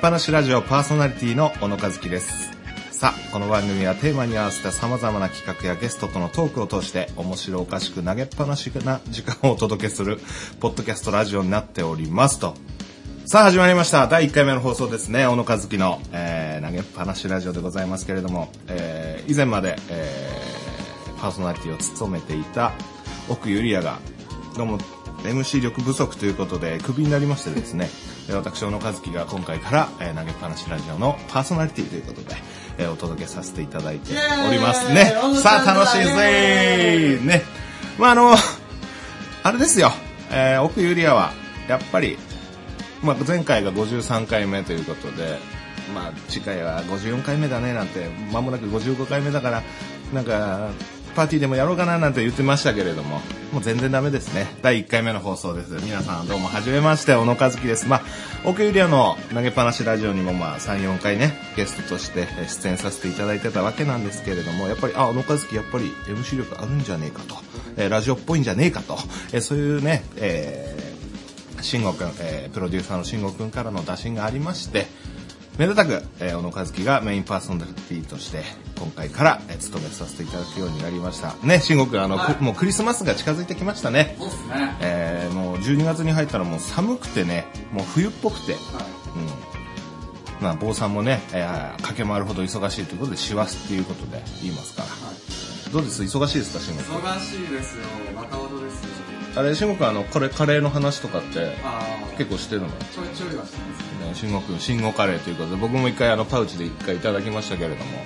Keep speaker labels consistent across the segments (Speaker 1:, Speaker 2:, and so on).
Speaker 1: ぱなしラジオパーソナリティの小野和樹ですさあこの番組はテーマに合わせた様々な企画やゲストとのトークを通して面白おかしく投げっぱなしな時間をお届けするポッドキャストラジオになっておりますとさあ始まりました第1回目の放送ですね小野和樹の、えー投げっぱなしラジオでございますけれども、えー以前まで、えーパーソナリティを務めていた奥ゆりやがどうも MC 力不足ということでクビになりましてですねえー私小野和樹が今回から、えー投げっぱなしラジオのパーソナリティということで、えーお届けさせていただいております
Speaker 2: イエ
Speaker 1: ね
Speaker 2: ーイ
Speaker 1: さあ楽しいぜーねまああのあれですよ、えー奥ゆりやはやっぱりまあ、前回が53回目ということで、まあ、次回は54回目だねなんてまもなく55回目だからなんかパーティーでもやろうかななんて言ってましたけれどももう全然ダメですね第1回目の放送です皆さんどうもはじめまして小野和樹ですまあ奥ゆりアの投げっぱなしラジオにもまあ34回ねゲストとしてえ出演させていただいてたわけなんですけれどもやっぱりあ小野和樹やっぱり MC 力あるんじゃねえかと、えーラジオっぽいんじゃねえかと、えーそういうね、えー慎吾くん、えープロデューサーの慎吾くんからの打診がありまして、めでたく、えー小野和樹がメインパーソナリティとして、今回から、えー務めさせていただくようになりました。ね、慎吾くん、あの、
Speaker 2: はい
Speaker 1: くもうクリスマスが近づいてきましたね。
Speaker 2: そうっすね。はい。
Speaker 1: えーもう12月に入ったらもう寒くてね、もう冬っぽくて、うん。まあ、坊さんもね、えー駆け回るほど忙しいということで、師走っていうことで言いますから。どうです忙しいですか、慎吾くん。
Speaker 2: 忙しいですよ。また踊ですよ。
Speaker 1: あれ、慎吾くん、あの、これ、カレーの話とかって、
Speaker 2: ああ。
Speaker 1: 結構してるの
Speaker 2: ちょいちょいはしてますね。
Speaker 1: ね慎吾君慎吾カレーということで僕も一回あのパウチで一回いただきましたけれども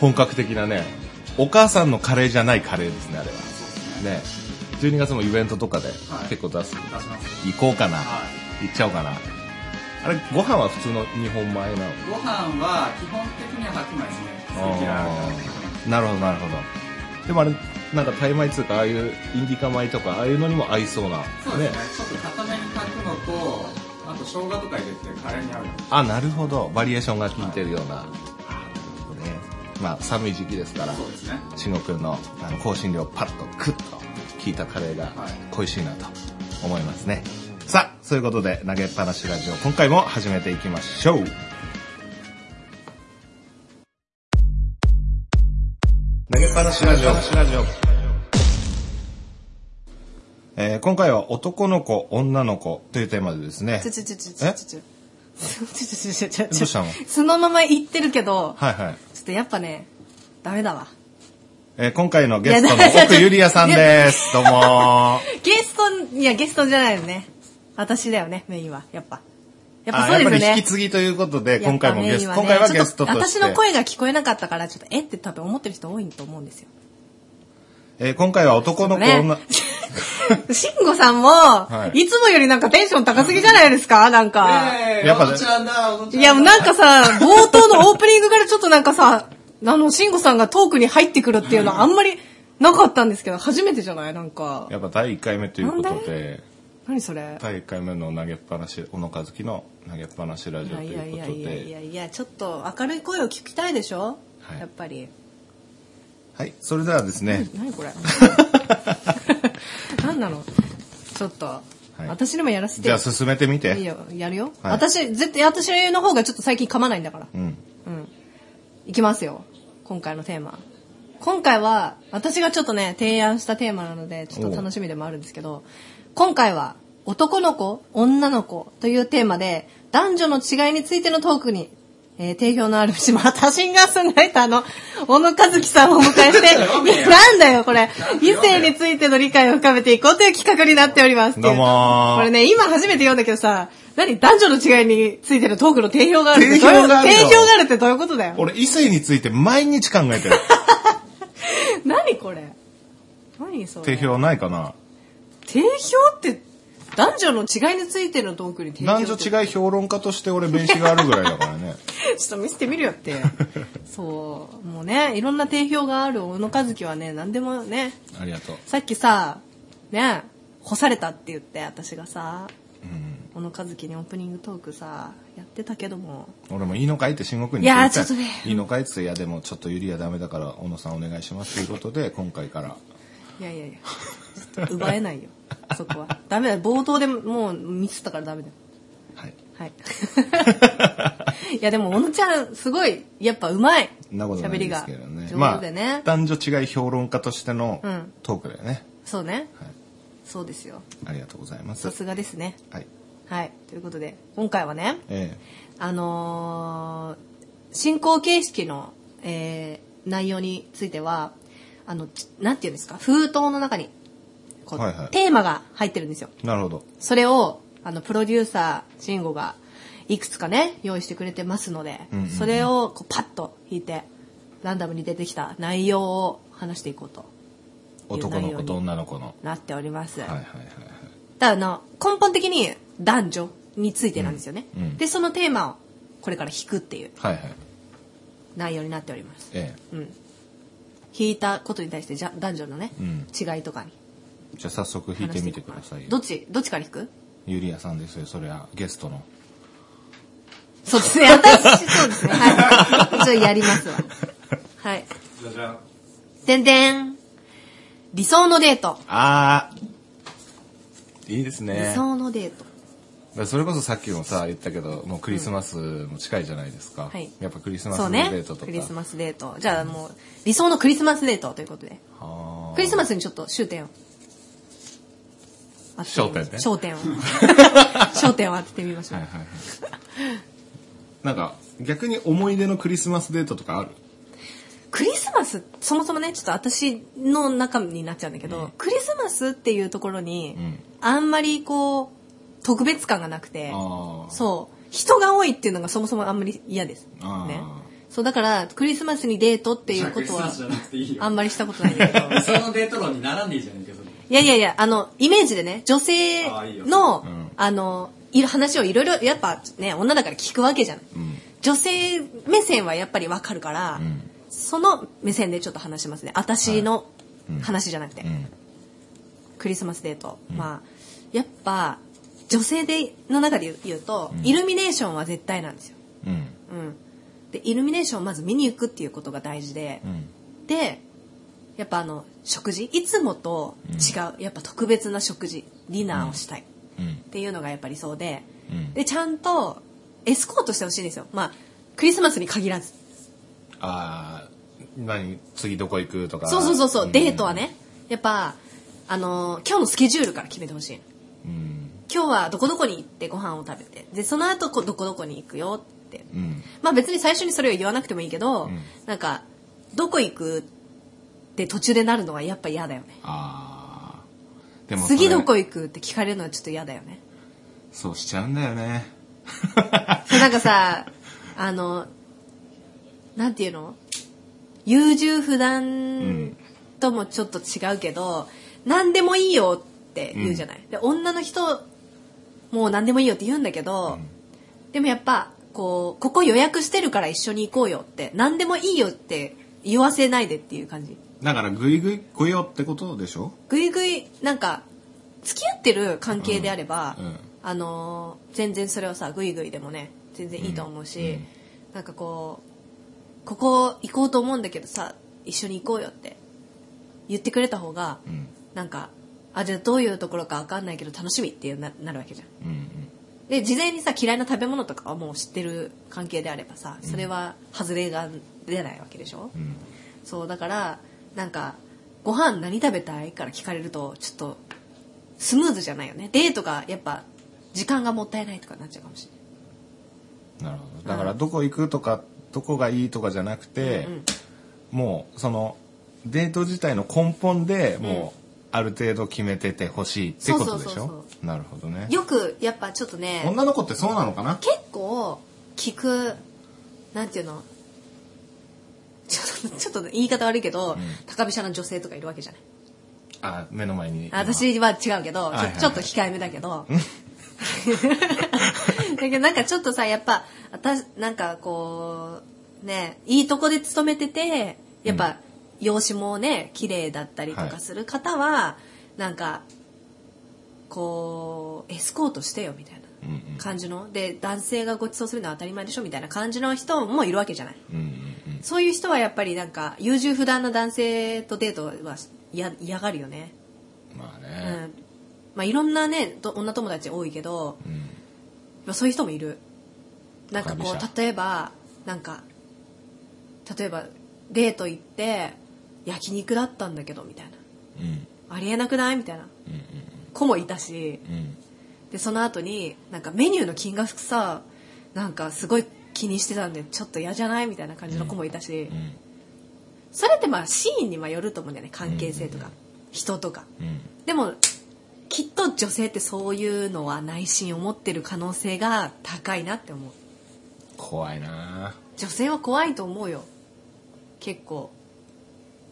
Speaker 1: 本格的なねお母さんのカレーじゃないカレーですねあれは
Speaker 2: そうっすね。
Speaker 1: ね12月もイベントとかで
Speaker 2: はい
Speaker 1: 結構出す、
Speaker 2: 出します。
Speaker 1: 行こうかな
Speaker 2: はい。
Speaker 1: 行っちゃおうかなあれご飯は普通の日本米なの
Speaker 2: ご飯は基本的には白米ですね。好きな
Speaker 1: あーなるほどなるほどでもあれなんかタイ米つうかああいうインディカ米とかああいうのにも合いそうな
Speaker 2: そうですね。ちょっと固めに炊くのと、あと生姜とか入れてカレーに合う。
Speaker 1: あなるほどバリエーションが効いてるような、あーなるほどねまあ寒い時期ですから
Speaker 2: そうですね。
Speaker 1: しのくんのあの香辛料をパッとクッと効いたカレーが
Speaker 2: はい
Speaker 1: 恋しいなと思いますね、さあそういうことで投げっぱなしラジオ今回も始めていきましょう投げっぱなしラジオえー今回は男の子女の子というテーマでですね
Speaker 3: ちょちょちょちょちょちょちょ。ちょちょちょちょちょ。
Speaker 1: どうしたの
Speaker 3: そのまま言ってるけど、
Speaker 1: はいはい、
Speaker 3: ちょっとやっぱね、ダメだわ。
Speaker 1: えー今回のゲスト
Speaker 3: いや
Speaker 1: の奥ゆりやさんですどうもー
Speaker 3: ゲスト、いやゲストじゃないよね。私だよね、メインは。やっぱ。やっぱ
Speaker 1: あ
Speaker 3: そうです
Speaker 1: やっぱり
Speaker 3: ね
Speaker 1: 引き。継ぎということで、
Speaker 3: やっ
Speaker 1: 今
Speaker 3: ぱ
Speaker 1: 回も
Speaker 3: メ
Speaker 1: ゲ
Speaker 3: イ
Speaker 1: ス
Speaker 3: ン
Speaker 1: ト、
Speaker 3: はね
Speaker 1: 今回はゲストと
Speaker 3: ちょっ
Speaker 1: して。
Speaker 3: 私の声が聞こえなかったから、ちょっと、えって多分思ってる人多いと思うんですよ。
Speaker 1: えー今回は男の子、
Speaker 3: ね
Speaker 1: 女、
Speaker 3: 慎吾さんも、
Speaker 1: い
Speaker 3: い、つもよりなんかテンション高すぎじゃないですかなんか。
Speaker 2: え
Speaker 1: やっぱね
Speaker 2: おのちゃんだ、おのちゃんだ。
Speaker 3: いや、なんかさ、冒頭のオープニングからちょっとなんかさ、あの、慎吾さんがトークに入ってくるっていうのはあんまりなかったんですけど、初めてじゃないなんか。
Speaker 1: やっぱ第1回目ということ
Speaker 3: なん
Speaker 1: で、
Speaker 3: 何それ
Speaker 1: 第1回目の投げっぱなし、小野和樹の投げっぱなしラ
Speaker 3: い
Speaker 1: ジオ
Speaker 3: や
Speaker 1: と
Speaker 3: い
Speaker 1: い
Speaker 3: や
Speaker 1: う
Speaker 3: い
Speaker 1: こ
Speaker 3: や
Speaker 1: と
Speaker 3: いやい
Speaker 1: で、
Speaker 3: やいや、ちょっと明るい声を聞きたいでしょ、
Speaker 1: はい
Speaker 3: やっぱり。
Speaker 1: はい、それではですね、
Speaker 3: 何 これ何なのちょっと、
Speaker 1: い
Speaker 3: 私にもやらせて
Speaker 1: じゃ
Speaker 3: よ
Speaker 1: あ進めてみ
Speaker 3: いい
Speaker 1: て。
Speaker 3: よ、やるよ。
Speaker 1: はい
Speaker 3: 私、絶対私の方がちょっと最近噛まないんだから。
Speaker 1: うん。
Speaker 3: うん。いきますよ。今回のテーマ。今回は、私がちょっとね、提案したテーマなので、ちょっと楽しみでもあるんですけど、今回は、男の子、女の子というテーマで、男女の違いについてのトークに、えー、定評のある島田シンガーソングライターの小野和樹さんをお迎えして、
Speaker 2: 読めよ
Speaker 3: なんだよこれ
Speaker 2: 読、め
Speaker 3: 異
Speaker 2: よ
Speaker 3: 性についての理解を深めていこうという企画になっております。
Speaker 1: どうもー
Speaker 3: これね、今初めて読んだけどさ、何男女の違いについてのトークの定評があるっ
Speaker 1: 定
Speaker 3: て
Speaker 1: 評があるよ
Speaker 3: 定評があるってどういうことだよ。
Speaker 1: 俺、異性について毎日考 えてる。
Speaker 3: 何これ何それ
Speaker 1: 定評ないかな
Speaker 3: 定評って、男女の違いについてのトークに定評
Speaker 1: 男女違い評論家として俺、弁士があるぐらいだからね。
Speaker 3: い。ちょっと見せてみる よって。そう。もうね、いろんな定評がある小野和樹はね、何でもね、
Speaker 1: ありがとう。
Speaker 3: さっきさ、ね、干されたって言って、私がさ、小野和樹にオープニングトークさ、やってたけども、
Speaker 1: 俺もいいのかいって申告に
Speaker 3: いや
Speaker 1: 聞
Speaker 3: ー
Speaker 1: た
Speaker 3: ちょっとね
Speaker 1: いいのかいって言って、いやでもちょっとユリアダメだから、小野さんお願いしますということで、今回から。
Speaker 3: いやいやいや、ちょっと奪えないよ、そこは。ダメだ、冒頭でもうミスったからダメだよ。
Speaker 1: はい。
Speaker 3: はい。 いやでも、小野ちゃん、すごい、やっぱうまい。
Speaker 1: そんなことな
Speaker 3: 喋
Speaker 1: い
Speaker 3: り
Speaker 1: です
Speaker 3: が
Speaker 1: けどね。。
Speaker 3: 上手でね。
Speaker 1: 男女違い評論家としての
Speaker 3: うん
Speaker 1: トークだよね。
Speaker 3: そうね。
Speaker 1: はい。
Speaker 3: そうですよ。
Speaker 1: ありがとうございます。
Speaker 3: さすがですね。
Speaker 1: はい。
Speaker 3: はい。ということで、今回はね、
Speaker 1: え
Speaker 3: あのー進行形式の、えー内容については、あの、ちなんていうんですか、封筒の中に、こう、
Speaker 1: はいはい
Speaker 3: テーマが入ってるんですよ。
Speaker 1: えなるほど。
Speaker 3: それを、あの、プロデューサー、慎吾が、いくつかね、用意してくれてますので、
Speaker 1: うんうんうん
Speaker 3: それを、こう、パッと引いて、ランダムに出てきた内容を話していこうと
Speaker 1: 男の子と女の子の。
Speaker 3: なっております。
Speaker 1: はいはいはい
Speaker 3: ただな、根本的に男女についてなんですよね。
Speaker 1: うんうん
Speaker 3: で、そのテーマを、これから引くっていう
Speaker 1: はい。はいはい。
Speaker 3: 内容になっております。
Speaker 1: え
Speaker 3: うん。引いたことに対して、じゃ男女のね、
Speaker 1: うん
Speaker 3: 違いとかに。
Speaker 1: えじゃあ早速弾いてみてくださいよ
Speaker 3: どっち、どっちから引く
Speaker 1: ゆりやさんですよ、そりゃ、ゲストの。
Speaker 3: そうですね。私、そうですね。はい。ちょっとやりますわ。はい。
Speaker 2: じゃじゃん。
Speaker 3: でんでん。理想のデート。
Speaker 1: あー。いいです
Speaker 3: 理
Speaker 1: ね。
Speaker 3: 想のデート。
Speaker 1: だからそれこそさっきもさ、言ったけど、もうクリスマスも近いじゃないですか。
Speaker 3: はい
Speaker 1: やっぱクリスマス
Speaker 3: そ
Speaker 1: の
Speaker 3: う
Speaker 1: デ
Speaker 3: ね
Speaker 1: ートと。か。
Speaker 3: クリスマスデート。じゃあもう、理想のクリスマスデートということで。
Speaker 1: はー
Speaker 3: クリスマスにちょっと終点を。当ててみましょう
Speaker 1: 焦
Speaker 3: 焦 点を。焦点を当ててみましょ
Speaker 1: は
Speaker 3: う。
Speaker 1: いはいはい。なんか、逆に思い出のクリスマスデートとかある
Speaker 3: クリスマス、そもそもね、ちょっと私の中になっちゃうんだけど、クリスマスっていうところに、
Speaker 1: うん
Speaker 3: あんまりこう、特別感がなくて、
Speaker 1: あー
Speaker 3: そう、人が多いっていうのがそもそもあんまり嫌です。
Speaker 1: あー
Speaker 3: ね。そう、だから、クリスマスにデートって
Speaker 2: じ
Speaker 3: い
Speaker 2: ゃあ
Speaker 3: う
Speaker 2: ク
Speaker 3: こ
Speaker 2: リス
Speaker 3: と
Speaker 2: マ
Speaker 3: は
Speaker 2: ス、じゃなくていいよ。
Speaker 3: あんまりしたことないんだけど。
Speaker 2: 理想のデート論に並んでいいじゃねえけど。
Speaker 3: いやいやいや、あの、イメージでね、女性
Speaker 2: あーいいよ
Speaker 3: の、
Speaker 1: う
Speaker 3: あ
Speaker 1: ん
Speaker 3: の、いる話をいろいろ、やっぱね、女だから聞くわけじゃない。
Speaker 1: うん。
Speaker 3: 女性目線はやっぱりわかるから、
Speaker 1: うん
Speaker 3: その目線でちょっと話しますね。私の話じゃなくて。
Speaker 1: うん。
Speaker 3: クリスマスデート。まあ、やっぱ、女性で、の中で言うと、イルミネーションは絶対なんですよ。
Speaker 1: うん。
Speaker 3: うん。で、イルミネーションをまず見に行くっていうことが大事で、
Speaker 1: うん。
Speaker 3: で、やっぱあの、食事、いつもと違う、やっぱ特別な食事、ディナーをしたい。
Speaker 1: うん
Speaker 3: っていうのがやっぱりそうで、
Speaker 1: うん
Speaker 3: でちゃんとエスコートしてほしいんですよまあクリスマスに限らず
Speaker 1: あー、何次どこ行くとか。
Speaker 3: そうそうそうそう、デートは。ねやっぱあのー今日のスケジュールから決めてほしい
Speaker 1: うん。
Speaker 3: 今日はどこどこに行ってご飯を食べてでその後こどこどこに行くよって、
Speaker 1: うん。
Speaker 3: まあ別に最初にそれを言わなくてもいいけど、
Speaker 1: うん
Speaker 3: なんかどこ行くって途中でなるのはやっぱ嫌だよね
Speaker 1: あー。でもそれ
Speaker 3: 次どこ行くって聞かれるのはちょっと嫌だよね
Speaker 1: そうしちゃうんだよね。
Speaker 3: そうなんかさ、あの、なんていうの優柔不断ともちょっと違うけど、何でもいいよって言うじゃない。で、女の人も何でもいいよって言うんだけど、でもやっぱ、こう、ここ予約してるから一緒に行こうよって、何でもいいよって言わせないでっていう感じ。
Speaker 1: だから、ぐいぐい来よってことでしょ
Speaker 3: ぐいぐいなんか付き合ってる関係であれば、
Speaker 1: うんうん
Speaker 3: あのー全然それはさぐいぐいでもね全然いいと思うし、
Speaker 1: うん
Speaker 3: なんかこうここ行こうと思うんだけどさ一緒に行こうよって言ってくれた方が、
Speaker 1: うん。
Speaker 3: なんかあじゃあどういうところか分かんないけど楽しみっていうななるわけじゃん
Speaker 1: うん。
Speaker 3: で事前にさ嫌いな食べ物とかはもう知ってる関係であればさそれは外れが出ないわけでしょ、
Speaker 1: うん。うん
Speaker 3: そうだからなんか「ご飯何食べたい?」から聞かれるとちょっとスムーズじゃないよねデートがやっぱ時間がもったいないとかになっちゃうかもしれな
Speaker 1: な
Speaker 3: い
Speaker 1: るほど。だから、どこ行くとか、どこがいいとかじゃなくて、もう、その、デート自体の根本でもう、ある程度決めててほしいってことで
Speaker 3: そう
Speaker 1: し
Speaker 3: そう
Speaker 1: ょ
Speaker 3: そ
Speaker 1: なるほどね。
Speaker 3: よくやっぱちょっとね
Speaker 1: 女の子ってそうなのかな
Speaker 3: 結構聞くなんていうのちょっとちょっと言い方悪いけど、高飛車の女性とかいるわけじゃない
Speaker 1: あ、目の前に。
Speaker 3: あ私は違うけど、
Speaker 1: はいはいはい
Speaker 3: ちょちょっと控えめだけど。 だけどなんかちょっとさ、やっぱ、私、なんかこう、ね、いいとこで勤めてて、やっぱ、容姿もね、綺麗だったりと
Speaker 1: はい
Speaker 3: かする方は、なんか、こう、エスコートしてよみたい
Speaker 1: うんうん
Speaker 3: な感じの。で、男性がご馳走するのは当たり前でしょみたいな感じの人もいるわけじゃない。
Speaker 1: うんうんうん。
Speaker 3: そういう人はやっぱりなんか、優柔不断な男性とデートは嫌嫌がるよね。
Speaker 1: まあ
Speaker 3: う
Speaker 1: ね。
Speaker 3: んまあ、いろんなねと女友達多いけど、
Speaker 1: うん。
Speaker 3: まあそういう人もいるなんかこ
Speaker 1: 管理者
Speaker 3: う例えばなんか例えばデート行って焼肉だったんだけどみたい
Speaker 1: うん
Speaker 3: なありえなくないみたいな子もいたし
Speaker 1: うんうん
Speaker 3: でその後になんかメニューの金額さなんかすごい気にしてたんでちょっと嫌じゃないみたいな感じの子もいたし、
Speaker 1: うん
Speaker 3: それってまあシーンにもよると思うんだよね関係性とか、人とか
Speaker 1: うん
Speaker 3: でもきっと女性ってそういうのは内心を持ってる可能性が高いなって思う
Speaker 1: 怖いな
Speaker 3: 女性は怖いと思うよ結構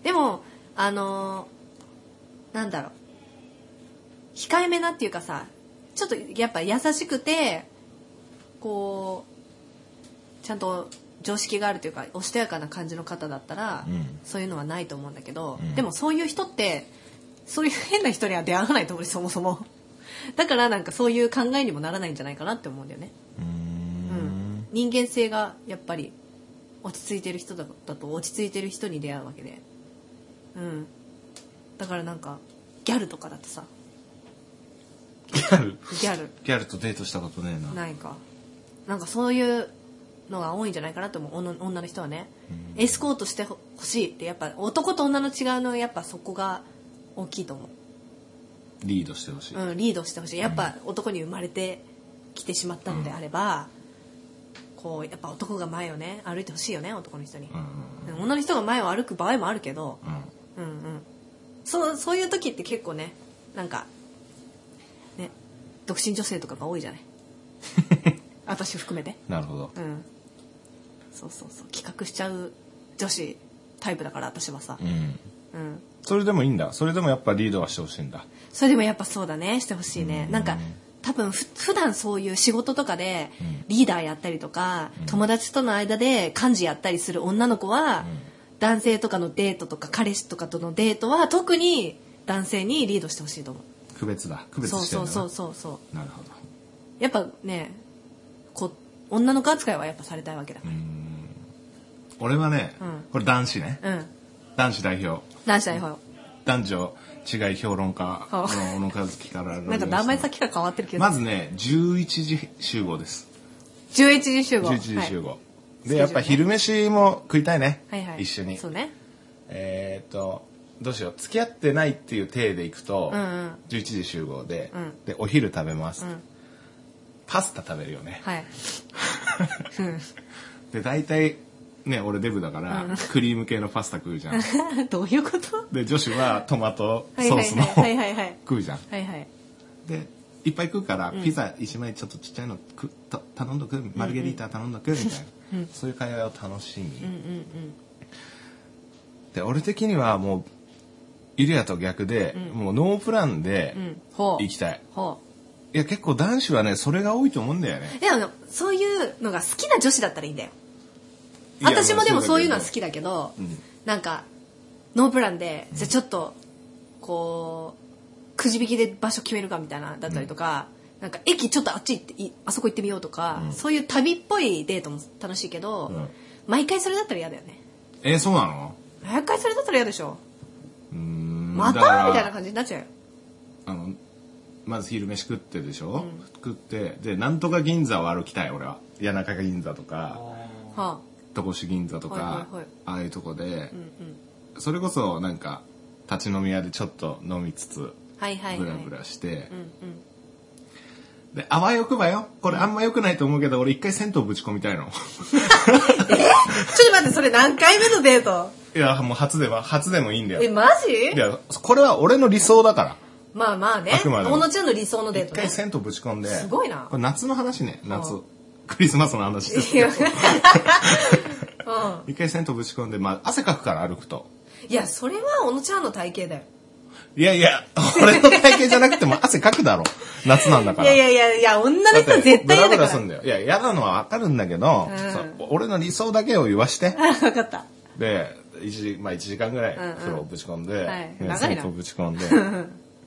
Speaker 3: でもあのーなんだろう控えめなっていうかさちょっとやっぱ優しくてこうちゃんと常識があるというかおしとやかな感じの方だったら、
Speaker 1: うん
Speaker 3: そういうのはないと思うんだけど、
Speaker 1: うん
Speaker 3: でもそういう人ってそういう変な人には出会わないと思うしそもそもだからなんかそういう考えにもならないんじゃないかなって思うんだよね
Speaker 1: うーん
Speaker 3: 人間性がやっぱり落ち着いてる人だと落ち着いてる人に出会うわけでうんだからなんかギャルとかだとさ
Speaker 1: ギャル
Speaker 3: ギャル
Speaker 1: ギャルとデートしたことねえな
Speaker 3: ないかなんかそういうのが多いんじゃないかなと思う女女の人はね、エスコートしてほ欲しいってやっぱ男と女の違うのやっぱそこが大きいと思、
Speaker 1: リードしてほしいう
Speaker 3: うん、リードしてほしいやっぱ男に生まれてきてしまったのであれば、こうやっぱ男が前をね歩いてほしいよね男の人に、
Speaker 1: うん
Speaker 3: うん女の人が前を歩く場合もあるけど、
Speaker 1: うん
Speaker 3: うんうん、そうそういう時って結構ねなんかね独身女性とかが多い じゃない私含めて
Speaker 1: なるほど
Speaker 3: うんそうそうそう企画しちゃう女子タイプだから私はさ
Speaker 1: う、ん
Speaker 3: うん、
Speaker 1: それでもいいんだそれでもやっぱリードはしてほしいんだ
Speaker 3: それでもやっぱそうだねしてほしいね
Speaker 1: うん
Speaker 3: なんか多分ふ普段そういう仕事とかで
Speaker 1: うん
Speaker 3: リーダーやったりとか、友達との間で幹事やったりする女の子は、男性とかのデートとか彼氏とかとのデートは特に男性にリードしてほしいと思う
Speaker 1: 区別だ区別
Speaker 3: そう
Speaker 1: してるん
Speaker 3: そう
Speaker 1: だな
Speaker 3: そうそうそう
Speaker 1: なるほど
Speaker 3: やっぱねこ女の子扱いはやっぱされたいわけだか
Speaker 1: 俺はね、
Speaker 3: うん
Speaker 1: これ男子ね、
Speaker 3: らうん
Speaker 1: 男子代表
Speaker 3: 何したらいい方よ
Speaker 1: 男女違い評論家
Speaker 3: あ
Speaker 1: の小野和樹から
Speaker 3: なんか名前
Speaker 1: 先
Speaker 3: 先から変わってるけど、
Speaker 1: まずね11時集合です
Speaker 3: 11時集合
Speaker 1: 11時集合、で
Speaker 3: スケジュールね
Speaker 1: やっぱ昼飯も食いたいね、
Speaker 3: はい、はいはい
Speaker 1: 一緒に
Speaker 3: そうね
Speaker 1: えーっとどうしよう付き合ってないっていう体でいくと、
Speaker 3: うんうん
Speaker 1: 11時集合で,、
Speaker 3: うん
Speaker 1: でお昼食べます、
Speaker 3: ん
Speaker 1: パスタ食べるよね、
Speaker 3: はい
Speaker 1: で大体ね俺デブだから、クリーム系のパスタ食うじゃん
Speaker 3: どういうこと
Speaker 1: で女子はトマト
Speaker 3: はい
Speaker 1: ソ
Speaker 3: は
Speaker 1: ー
Speaker 3: い
Speaker 1: スの
Speaker 3: はいはいはいはい
Speaker 1: 食うじゃん
Speaker 3: はいはい
Speaker 1: でいっぱい食うから、ピザ1枚ちょっとちっちゃいの食た頼んどくマルゲリータ頼んどくみたいな、そういう会話を楽しみ、
Speaker 3: うんうん
Speaker 1: で俺的にはもうゆりやと逆で、もうノープランで
Speaker 3: うんうんほう
Speaker 1: 行きたい、
Speaker 3: ほ
Speaker 1: いや結構男子はねそれが多いと思うんだよね
Speaker 3: うでもそういうのが好きな女子だったらいいんだよ私もでもそういうのは好きだけど、
Speaker 1: うん
Speaker 3: なんかノープランで、じゃあちょっとこうくじ引きで場所決めるかみたいなだったりとか、なんか駅ちょっとあっち行っていあそこ行ってみようとか、
Speaker 1: うん
Speaker 3: そういう旅っぽいデートも楽しいけど、
Speaker 1: うん
Speaker 3: 毎回それだったら嫌だよね
Speaker 1: えーそうなの
Speaker 3: 毎回それだったら嫌でしょ
Speaker 1: うーん
Speaker 3: ま
Speaker 1: だか
Speaker 3: た
Speaker 1: ら
Speaker 3: みたいな感じになっちゃうよ
Speaker 1: あのまず昼飯食ってでしょ、食ってでなんとか銀座を歩きたい俺は谷中銀座とか
Speaker 3: は
Speaker 1: 戸越銀座とか、
Speaker 3: はいはいはい
Speaker 1: ああいうとこで
Speaker 3: あ、う、んうん
Speaker 1: それこそなんか立ち飲み屋でちょっと飲みつつ
Speaker 3: はいはいはい
Speaker 1: ブラブラして、
Speaker 3: うんうん
Speaker 1: であわよくばよこれあんま良くないと思うけど俺一回銭湯ぶち込みた いの
Speaker 3: ちょっと待ってそれ何回目のデート
Speaker 1: いやもう初では初でもいいんだ
Speaker 3: え
Speaker 1: よ
Speaker 3: マ
Speaker 1: い
Speaker 3: ジ
Speaker 1: やこれは俺の理想だか
Speaker 3: まあまあね
Speaker 1: あくまでも
Speaker 3: 小野ちゃんの理想の
Speaker 1: ら
Speaker 3: デー
Speaker 1: 一
Speaker 3: トね
Speaker 1: 回銭湯ぶち込んです
Speaker 3: ごいな
Speaker 1: これ夏の話ね夏
Speaker 3: うん
Speaker 1: クリスマスの話です
Speaker 3: い
Speaker 1: け
Speaker 3: や
Speaker 1: ど
Speaker 3: うん
Speaker 1: 一回銭湯ぶち込んで、まあ、汗かくから歩くと
Speaker 3: いや、それは小野ちゃんの体型だよ。
Speaker 1: いやいや俺の体型じゃなくても汗かくだろ夏なんだから
Speaker 3: いやいやいやいや、女
Speaker 1: だ
Speaker 3: の
Speaker 1: っ
Speaker 3: 人は
Speaker 1: て
Speaker 3: 絶対嫌
Speaker 1: ブラ
Speaker 3: だ
Speaker 1: ブラ
Speaker 3: か
Speaker 1: す
Speaker 3: ら。
Speaker 1: んだよいや嫌なのはわかるんだけど、
Speaker 3: うん
Speaker 1: そう俺の理想だけを言わして
Speaker 3: あ、 わかった。
Speaker 1: で1時,、まあ、1時間ぐらい
Speaker 3: うんうん
Speaker 1: 風呂をぶち込んで、
Speaker 3: はい
Speaker 1: で
Speaker 3: 長いな
Speaker 1: 銭湯ぶち込んで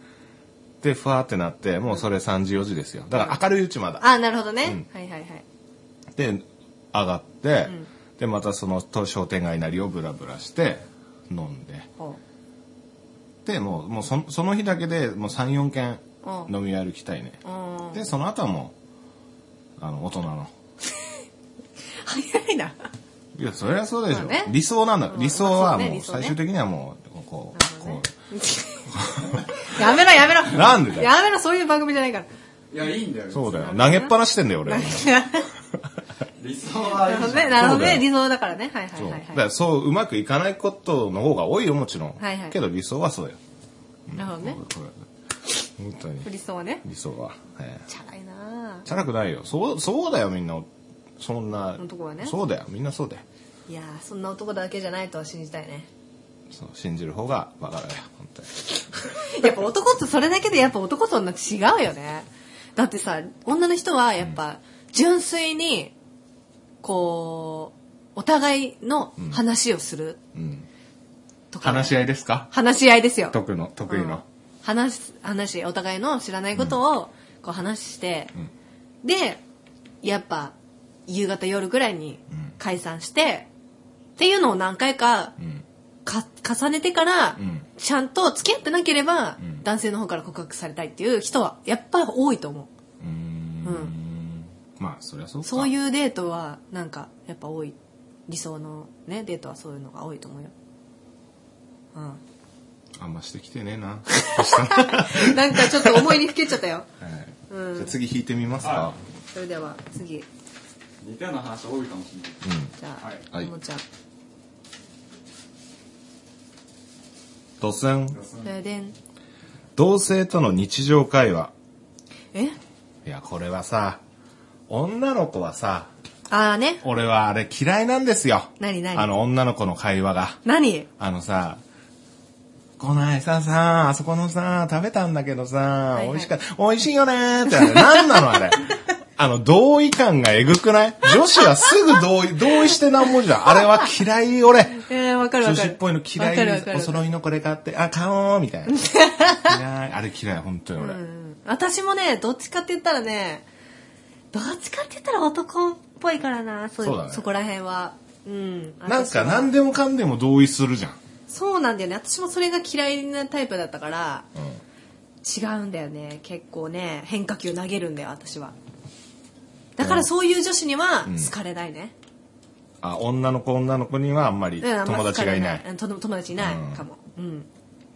Speaker 1: でふわーってなってもうそれ3時4時ですよだから明るいうちまだ
Speaker 3: あ、なるほどね。はいはいはい。
Speaker 1: で上がって、でまたそのと商店街なりをブラブラして飲んで
Speaker 3: ほ
Speaker 1: でもうもうそその日だけでもう34軒
Speaker 3: うん
Speaker 1: 飲み歩きたいね
Speaker 3: う。うん。
Speaker 1: でその後はもうあの、大人の。
Speaker 3: 早いな。
Speaker 1: いや、そりゃそうでしょ。
Speaker 3: まあね
Speaker 1: 理想なんだ、
Speaker 3: うん
Speaker 1: 理想は
Speaker 3: まあそうね
Speaker 1: もう、
Speaker 3: 理想ね
Speaker 1: 最終的にはもう、こう、こ
Speaker 3: やめろやめろ。
Speaker 1: なんでだよ
Speaker 3: やめろ、そういう番組じゃ ないから。
Speaker 2: いや、いいんだよ。
Speaker 1: う、そうだよ。
Speaker 2: 別
Speaker 1: 投げっぱなしてんだよ、俺。
Speaker 2: に理想はい
Speaker 3: な
Speaker 2: じゃ
Speaker 3: いるほ
Speaker 2: ん
Speaker 3: どね、なるほど
Speaker 1: そうだ
Speaker 3: ね、
Speaker 1: よ
Speaker 3: 理想だからね。はいはい
Speaker 1: そう。
Speaker 3: は
Speaker 1: だ
Speaker 3: い
Speaker 1: からそう、うまくいかないことの方が多いよ、もちろん。
Speaker 3: はいはい
Speaker 1: けど理想はそうよ。
Speaker 3: はい。なるほどね。
Speaker 1: そうだよ本当に。
Speaker 3: 理想はね。
Speaker 1: 理想は。ええ
Speaker 3: チャラいな
Speaker 1: チャラくないよ。そう、そうだよ、みんな。そんな。
Speaker 3: 男はね
Speaker 1: そうだよ、みんなそうだよ。
Speaker 3: ぁいやーそんな男だけじゃないとは信じたいね。
Speaker 1: そう、信じる方がわかるよ、本当に。
Speaker 3: やっぱ男とそれだけでやっぱ男と女って違うよね。だってさ、女の人はやっぱ純粋に、こう、お互いの話をする
Speaker 1: うん。
Speaker 3: とか、
Speaker 1: 話し合いですか
Speaker 3: 話し合いですよ。
Speaker 1: 得の、得意
Speaker 3: うん
Speaker 1: の。
Speaker 3: 話す、話、お互いの知らないことをこう話して、で、やっぱ夕方夜ぐらいに
Speaker 1: うん
Speaker 3: 解散して、っていうのを何回か
Speaker 1: うん。
Speaker 3: か重ねてから、
Speaker 1: うん
Speaker 3: ちゃんと付き合ってなければ、
Speaker 1: ん
Speaker 3: 男性の方から告白されたいっていう人はやっぱ多いと思
Speaker 1: うーん。まあ、そりゃそう
Speaker 3: う
Speaker 1: か。
Speaker 3: そういうデートはなんかやっぱ多い理想のねデートはそういうのが多いと思うよう
Speaker 1: あんましてきてねえな。
Speaker 3: んなんかちょっと思いにふけちゃったよ
Speaker 1: はい
Speaker 3: うん
Speaker 1: じゃあ次引いてみますか
Speaker 2: は。
Speaker 3: それでは次じ
Speaker 2: 似たような話多いかもしれない。
Speaker 1: うん。
Speaker 3: ゃあ、
Speaker 2: はい
Speaker 1: はい
Speaker 3: ももちゃん
Speaker 1: ドスン。
Speaker 3: ででん
Speaker 1: 同性との日常会話。
Speaker 3: え
Speaker 1: いや、これはさ、女の子はさ、
Speaker 3: ああね
Speaker 1: 俺はあれ嫌いなんですよ。
Speaker 3: 何何
Speaker 1: あの女の子の会話が。
Speaker 3: 何
Speaker 1: あのさ、こないささ、あそこのさ、食べたんだけどさ、
Speaker 3: いはい
Speaker 1: 美味しかった、美味しいよねーってあれ、なんなのあ れ。あの、同意感がえぐくない女子はすぐ同意、同意してなんもじゃん。あれは嫌い、俺。
Speaker 3: えー、わかるわ
Speaker 1: 女
Speaker 3: か
Speaker 1: 子
Speaker 3: る
Speaker 1: っぽいの嫌
Speaker 3: わかるわ
Speaker 1: い
Speaker 3: か、る
Speaker 1: お揃いのこれ買って、あ、買おうみたいな。嫌い、あれ嫌い、本当に俺。
Speaker 3: うん私もねどっちかって言ったらねどっちかって言ったら男っぽいからなそういう
Speaker 1: そうだね
Speaker 3: そこら辺はうん
Speaker 1: なん
Speaker 3: 私
Speaker 1: か
Speaker 3: は
Speaker 1: 何でもかんでも同意するじゃん。
Speaker 3: そうなんだよね私もそれが嫌いなタイプだったから
Speaker 1: うん
Speaker 3: 違うんだよね結構ね変化球投げるんだよ私はだからそういう女子には
Speaker 1: うん
Speaker 3: 好かれないね、
Speaker 1: あ、女の子女の子にはあんまり
Speaker 3: うんあんま
Speaker 1: 友達がいな
Speaker 3: 好
Speaker 1: い
Speaker 3: かれ。うんと友達いない
Speaker 1: うん
Speaker 3: かも、うん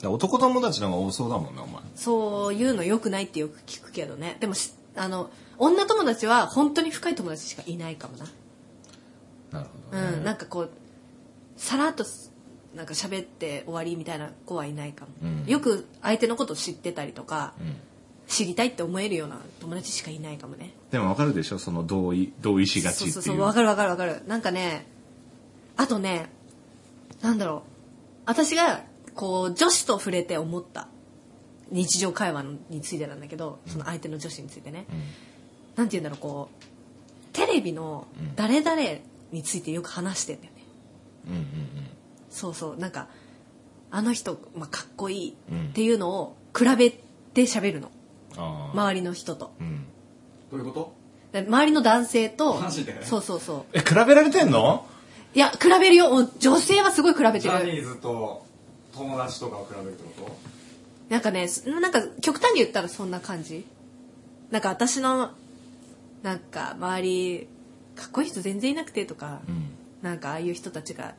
Speaker 1: 男友達の方が多そうだもんな、お前。
Speaker 3: そういうの良くないってよく聞くけどねでもしあの女友達は本当に深い友達しかいないかもな
Speaker 1: なるほど、ね。
Speaker 3: うん、なんかこうさらっとすなんか喋って終わりみたいな子はいないかも、
Speaker 1: うん
Speaker 3: よく相手のことを知ってたりとか、
Speaker 1: うん
Speaker 3: 知りたいって思えるような友達しかいないかもね
Speaker 1: でもわかるでしょその同意、同意しがち
Speaker 3: そ
Speaker 1: っていうう。
Speaker 3: そうそうわかるわかるわかるなんかねあとねなんだろう私がこう女子と触れて思った日常会話についてなんだけどその相手の女子についてね、なんて言うんだろうこうテレビの誰々についてよく話してんだよね、
Speaker 1: うんうん
Speaker 3: そうそうなんかあの人、まあ、かっこい
Speaker 1: うん
Speaker 3: いっていうのを比べて喋るの、
Speaker 1: うん。ああ。
Speaker 3: 周りの人と
Speaker 1: うん。
Speaker 2: どういうこと
Speaker 3: で周りの男性と
Speaker 2: マジで
Speaker 3: そうそうそ
Speaker 1: え、比べられてんの
Speaker 3: ういや比べるよもう女性はすごい比べ
Speaker 2: ジ
Speaker 3: て
Speaker 2: ャ
Speaker 3: る
Speaker 2: ニーズと友達とかを比べるってこ
Speaker 3: なんかねすなんか極端に言ったらそんな感じなんか私のなんか周りかっこいい人全然いなくてとか、
Speaker 1: うん。
Speaker 3: なんかああいう人たちが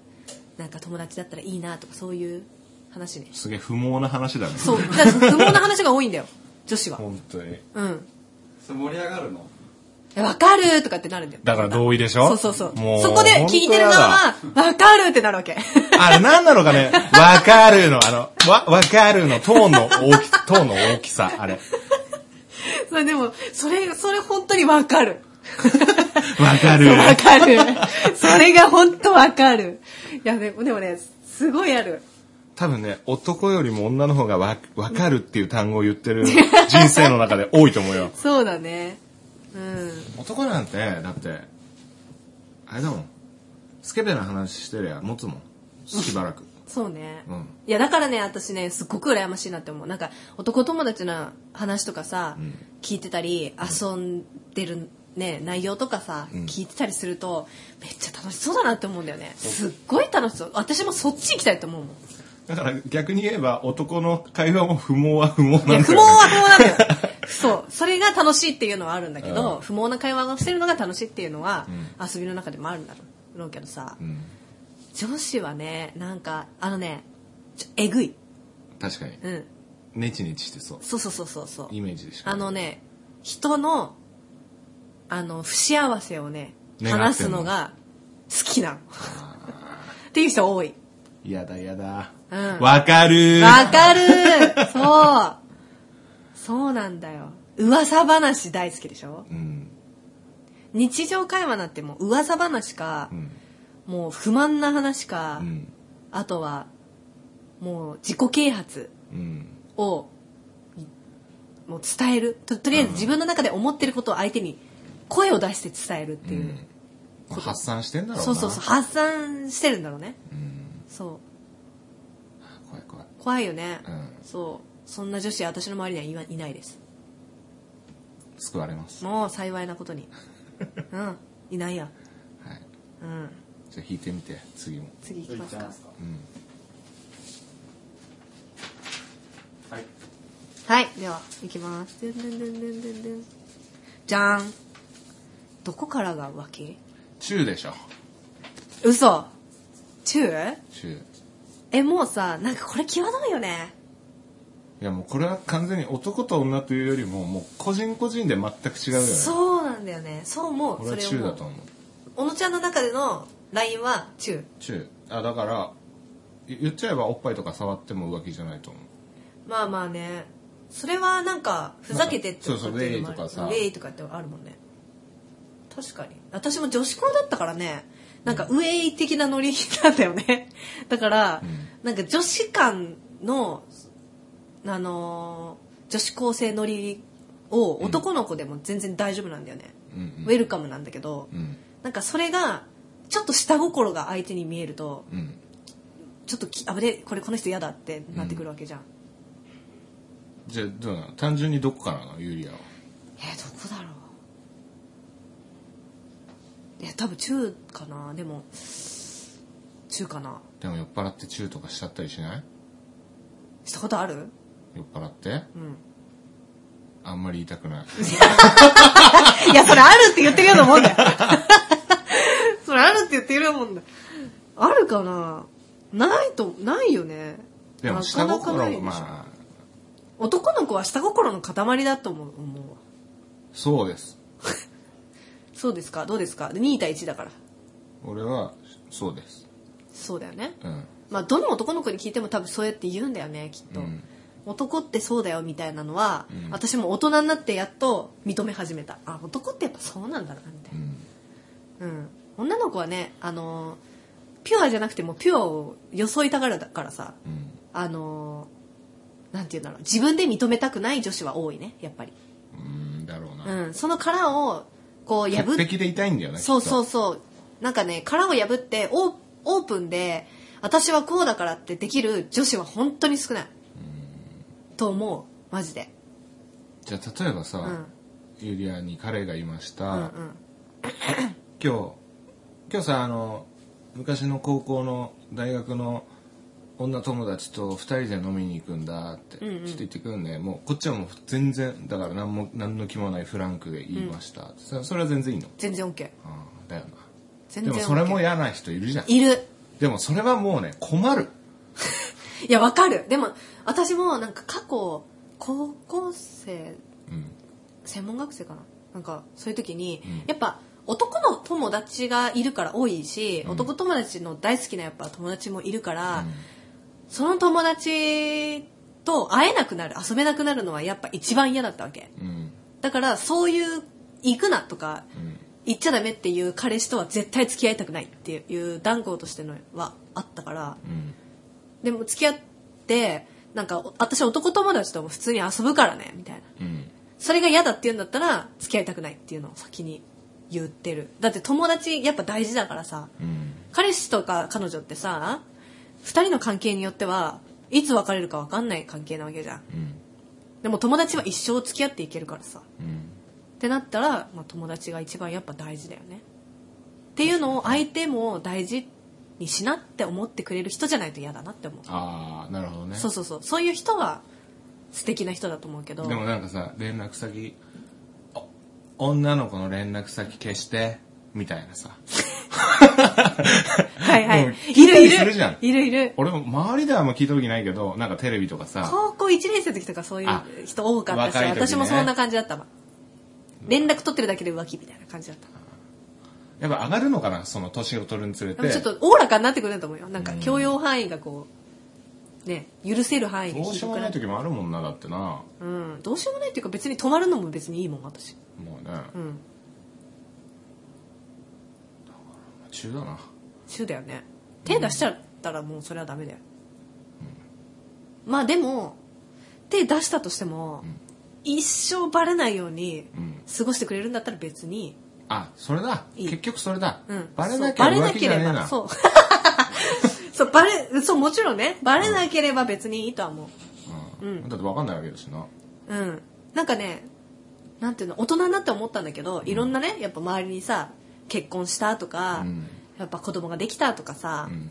Speaker 3: なんか友達だったらいいなとかそういう話ね
Speaker 1: すげえ不毛な話だね。
Speaker 3: そうだから不毛な話が多いんだよ女子は
Speaker 1: 本当に。
Speaker 3: うん
Speaker 2: とそれ盛り上がるの
Speaker 3: えわかるとかってなるんだよ。
Speaker 1: だから同意でしょ
Speaker 3: そうそうそう。
Speaker 1: もう。
Speaker 3: そこで聞いてる側は、わかるってなるわけ。
Speaker 1: あれ何なのかね、わかるの、あの、わ、わかるの、トーンの大き、トーンの大きさ、あれ。
Speaker 3: それでも、それ、それ本当にわかる。
Speaker 1: わか る。
Speaker 3: わかる。それが本当わかる。いや、でもでもね、すごいある。
Speaker 1: 多分ね、男よりも女の方がわ、わかるっていう単語を言ってる人生の中で多いと思うよ。
Speaker 3: そうだね。うん。
Speaker 1: 男なんて、だって、あれだもん。スケベな話してりゃ持つもん。しばらく。
Speaker 3: そうね。
Speaker 1: うん
Speaker 3: いや、だからね、私ね、すっごく羨ましいなって思う。なんか、男友達の話とかさ、
Speaker 1: ん
Speaker 3: 聞いてたり、遊んでるね、内容とかさ、
Speaker 1: ん
Speaker 3: 聞いてたりすると、めっちゃ楽しそうだなって思うんだよね。すっごい楽しそう。私もそっち行きたいと思うもん。
Speaker 1: だから逆に言えば男の会話も不毛は不毛なん
Speaker 3: い
Speaker 1: だよ、
Speaker 3: や、
Speaker 1: ね。
Speaker 3: 不毛は不毛なのよ。 そう。それが楽しいっていうのはあるんだけど、
Speaker 1: うん
Speaker 3: 不毛な会話をしてるのが楽しいっていうのは、
Speaker 1: う
Speaker 3: 遊びの中でもあるんだろうけどさ、
Speaker 1: うん。
Speaker 3: 女子はね、なんか、あのね、ちょえぐい。
Speaker 1: 確かに。
Speaker 3: うん。
Speaker 1: ネチネチしてそう。
Speaker 3: そうそうそうそうそう。
Speaker 1: イメージでしかな
Speaker 3: あ
Speaker 1: い
Speaker 3: の。ね、人の、あの、不幸せをね、
Speaker 1: 願ってんの
Speaker 3: 話すのが好きなの。 っていう人多い。
Speaker 1: やだやだ。
Speaker 3: うん
Speaker 1: わ、かるー。
Speaker 3: わかるそうそうなんだよ。噂話大好きでしょ
Speaker 1: うん。
Speaker 3: 日常会話なんてもう噂話か
Speaker 1: う、ん。
Speaker 3: もう不満な話か
Speaker 1: う、ん。
Speaker 3: あとは、もう自己啓発
Speaker 1: うん。
Speaker 3: を、いもう伝えると。とりあえず自分の中で思ってることを相手に声を出して伝えるって
Speaker 1: う
Speaker 3: いう。
Speaker 1: ん。まあ発散してんだろうな。
Speaker 3: そうそうそう発散してるんだろうね
Speaker 1: うん。
Speaker 3: そ
Speaker 1: 怖い怖い。
Speaker 3: う怖いよね、
Speaker 1: うん
Speaker 3: そうそんな女子は私の周りにはいないないです
Speaker 1: 救われます。は
Speaker 3: もう幸いなこ とにうんいないや
Speaker 1: い。
Speaker 3: うん
Speaker 1: じゃあ弾いてみて、次も。
Speaker 3: 次行きますか
Speaker 2: はい
Speaker 3: はいでは行きますでんでんでんでんでんでんじゃーんどこからが浮気
Speaker 1: チューでしょ。
Speaker 3: 嘘チュー
Speaker 1: チュー。
Speaker 3: えもうさなんかこれ際どいよね
Speaker 1: いやもうこれは完全に男と女というよりも、もう個人個人で全く違うよね。う。
Speaker 3: そうなんだよねそう思う
Speaker 1: これ
Speaker 3: そ
Speaker 1: は
Speaker 3: れ
Speaker 1: チュー
Speaker 3: 思
Speaker 1: だ
Speaker 3: う
Speaker 1: と思う。
Speaker 3: 小野ちゃんの中での LINE はチュー
Speaker 1: チュー。あ、だから、い言っちゃえばおっぱいとか触っても浮気じゃないと思う。
Speaker 3: まあまあねそれはなんかふざけてって
Speaker 1: そうそう
Speaker 3: ことっていの
Speaker 1: レ
Speaker 3: もある
Speaker 1: イとかさ
Speaker 3: レイとかってあるもんね確かに私も女子校だったからねなんかウェイ的なノリなんだよね だから、
Speaker 1: う
Speaker 3: なんか女子間のあのー女子高生ノリを男の子でも全然大丈夫なんだよね、
Speaker 1: うんうん
Speaker 3: ウェルカムなんだけど、
Speaker 1: うん。
Speaker 3: なんかそれがちょっと下心が相手に見えると
Speaker 1: うん。
Speaker 3: ちょっときあぶねこれこの人嫌だってなってくるわけじゃん、
Speaker 1: じゃあどうなの単純にどこからなのユリアは。
Speaker 3: えーどこだろういや多分中かなでも中かな
Speaker 1: でも酔っ払ってチューとかしちゃったりしない
Speaker 3: したことある
Speaker 1: 酔っ払って
Speaker 3: うん
Speaker 1: あんまり言いたくない。
Speaker 3: いやそれあるって言ってるようなも んだよそれあるって言ってるようなもんだあるかなないとないよね
Speaker 1: でも
Speaker 3: な
Speaker 1: 下
Speaker 3: かなか
Speaker 1: 心
Speaker 3: な
Speaker 1: はい
Speaker 3: でしょ、
Speaker 1: まあ、
Speaker 3: 男の子は下心の塊だと思う思うわ
Speaker 1: そうです。
Speaker 3: そうですかどうですかで2対1だから
Speaker 1: 俺は、そうです。
Speaker 3: そうだよね
Speaker 1: うん。
Speaker 3: まあ、どの男の子に聞いても多分そうやって言うんだよねきっと、
Speaker 1: うん
Speaker 3: 男ってそうだよみたいなのは、
Speaker 1: うん
Speaker 3: 私も大人になってやっと認め始めたあ男ってやっぱそうなんだなみたいうな、
Speaker 1: ん。
Speaker 3: うん、女の子はねあのーピュアじゃなくてもピュアを装いたがるだからさ
Speaker 1: うん。
Speaker 3: あのーなんて言うんだろう自分で認めたくない女子は多いねやっぱり、
Speaker 1: うん、だろう
Speaker 3: う
Speaker 1: な。
Speaker 3: ん、その殻をこう破っ
Speaker 1: 潔癖でいたいんだよね。。
Speaker 3: そうそううそう。なんかね、殻を破ってオー、オープンで、私はこうだからってできる女子は本当に少ない。と思う。マジで。
Speaker 1: じゃあ、例えば
Speaker 3: う
Speaker 1: さ
Speaker 3: ん、
Speaker 1: ユリアに彼がいまし
Speaker 3: うんう
Speaker 1: た。
Speaker 3: ん。
Speaker 1: 今日、今日さ、あの、昔の高校の大学の女友達と二人で飲みに行くんだって、
Speaker 3: うんうん
Speaker 1: ちょっと行ってくるね。もう、こっちはもう全然、だから何も、何の気もないフランクで言いました。そそれは全然いいの。
Speaker 3: 全然 OK。
Speaker 1: ああ、だよな。
Speaker 3: 全
Speaker 1: で
Speaker 3: 然 OK。
Speaker 1: もそれも嫌な人いるじゃん。
Speaker 3: いる。
Speaker 1: でもそれはもうね、困る。
Speaker 3: いや、わかる。でも、私もなんか過去、高校生、
Speaker 1: うん。
Speaker 3: 専門学生かななんか、そういう時に、
Speaker 1: うん
Speaker 3: やっぱ、男の友達がいるから多いし、
Speaker 1: うん
Speaker 3: 男友達の大好きなやっぱ友達もいるから、その友達と会えなくなる、遊べなくなるのはやっぱ一番嫌だったわけ。
Speaker 1: うん。
Speaker 3: だからそういう、行くなとか、
Speaker 1: うん。
Speaker 3: 行っちゃダメっていう彼氏とは絶対付き合いたくないっていう断固としてのはあったから、
Speaker 1: うん。
Speaker 3: でも付き合って、なんか私男友達とも普通に遊ぶからね、みたいな。
Speaker 1: うん。
Speaker 3: それが嫌だって言うんだったら付き合いたくないっていうのを先に言ってる。だって友達やっぱ大事だからさ、
Speaker 1: うん。
Speaker 3: 彼氏とか彼女ってさ二人の関係によってはいつ別れるか分かんない関係なわけじゃん
Speaker 1: うん。
Speaker 3: でも友達は一生付き合っていけるからさっ
Speaker 1: うん。
Speaker 3: てなったら、まあ、友達が一番やっぱ大事だよねっていうのを相手も大事にしなって思ってくれる人じゃないと嫌だなって思う
Speaker 1: ああなるほどね
Speaker 3: そうそうそうそういう人は素敵な人だと思うけど
Speaker 1: でもなんかさ連絡先お女の子の連絡先消してみたいなさ
Speaker 3: はいは
Speaker 1: もう
Speaker 3: い
Speaker 1: 聞
Speaker 3: い
Speaker 1: いた
Speaker 3: る
Speaker 1: り
Speaker 3: い
Speaker 1: す
Speaker 3: る
Speaker 1: るじゃん
Speaker 3: いるいる
Speaker 1: 俺も周りではあんま聞いた時ないけどなんかテレビとかさ
Speaker 3: 高校1年生の時とかそういう
Speaker 1: あ
Speaker 3: 人多かったし、
Speaker 1: 若い時ね
Speaker 3: 私もそんな感じだったわ連絡取ってるだけで浮気みたいな感じだった
Speaker 1: やっぱ上がるのかなその年を取るにつれ
Speaker 3: でも
Speaker 1: て
Speaker 3: ちょっとおおらかになってくるんだと思うよなんか許容範囲がこうね許せる範囲が
Speaker 1: どうしようもない
Speaker 3: 広く
Speaker 1: 時もあるもんなだってなも
Speaker 3: なうんどうしようもないっていうか別に止まるのも別にいいもん私
Speaker 1: うね
Speaker 3: うん
Speaker 1: 中だな
Speaker 3: 中だよね手出しちゃったらもうそれはダメだよ、まあでも手出したとしても、一生バレないように
Speaker 1: うん
Speaker 3: 過ごしてくれるんだったら別に、
Speaker 1: あそれだ
Speaker 3: いい
Speaker 1: 結局それだ
Speaker 3: うん、
Speaker 1: バレ
Speaker 3: そう
Speaker 1: なければ
Speaker 3: バ
Speaker 1: 浮気
Speaker 3: レ
Speaker 1: じゃねえ
Speaker 3: なければ
Speaker 1: な
Speaker 3: そう そうバレそうもちろんねバレなければ別にいいとは思う
Speaker 1: うんだって分かんないわけだしな
Speaker 3: うん。なんかね、なんていうの、大人になって思ったんだけど、いろんなね、やっぱ周りにさ、結婚したとか、
Speaker 1: うん
Speaker 3: やっぱ子供ができたとかさ、
Speaker 1: うん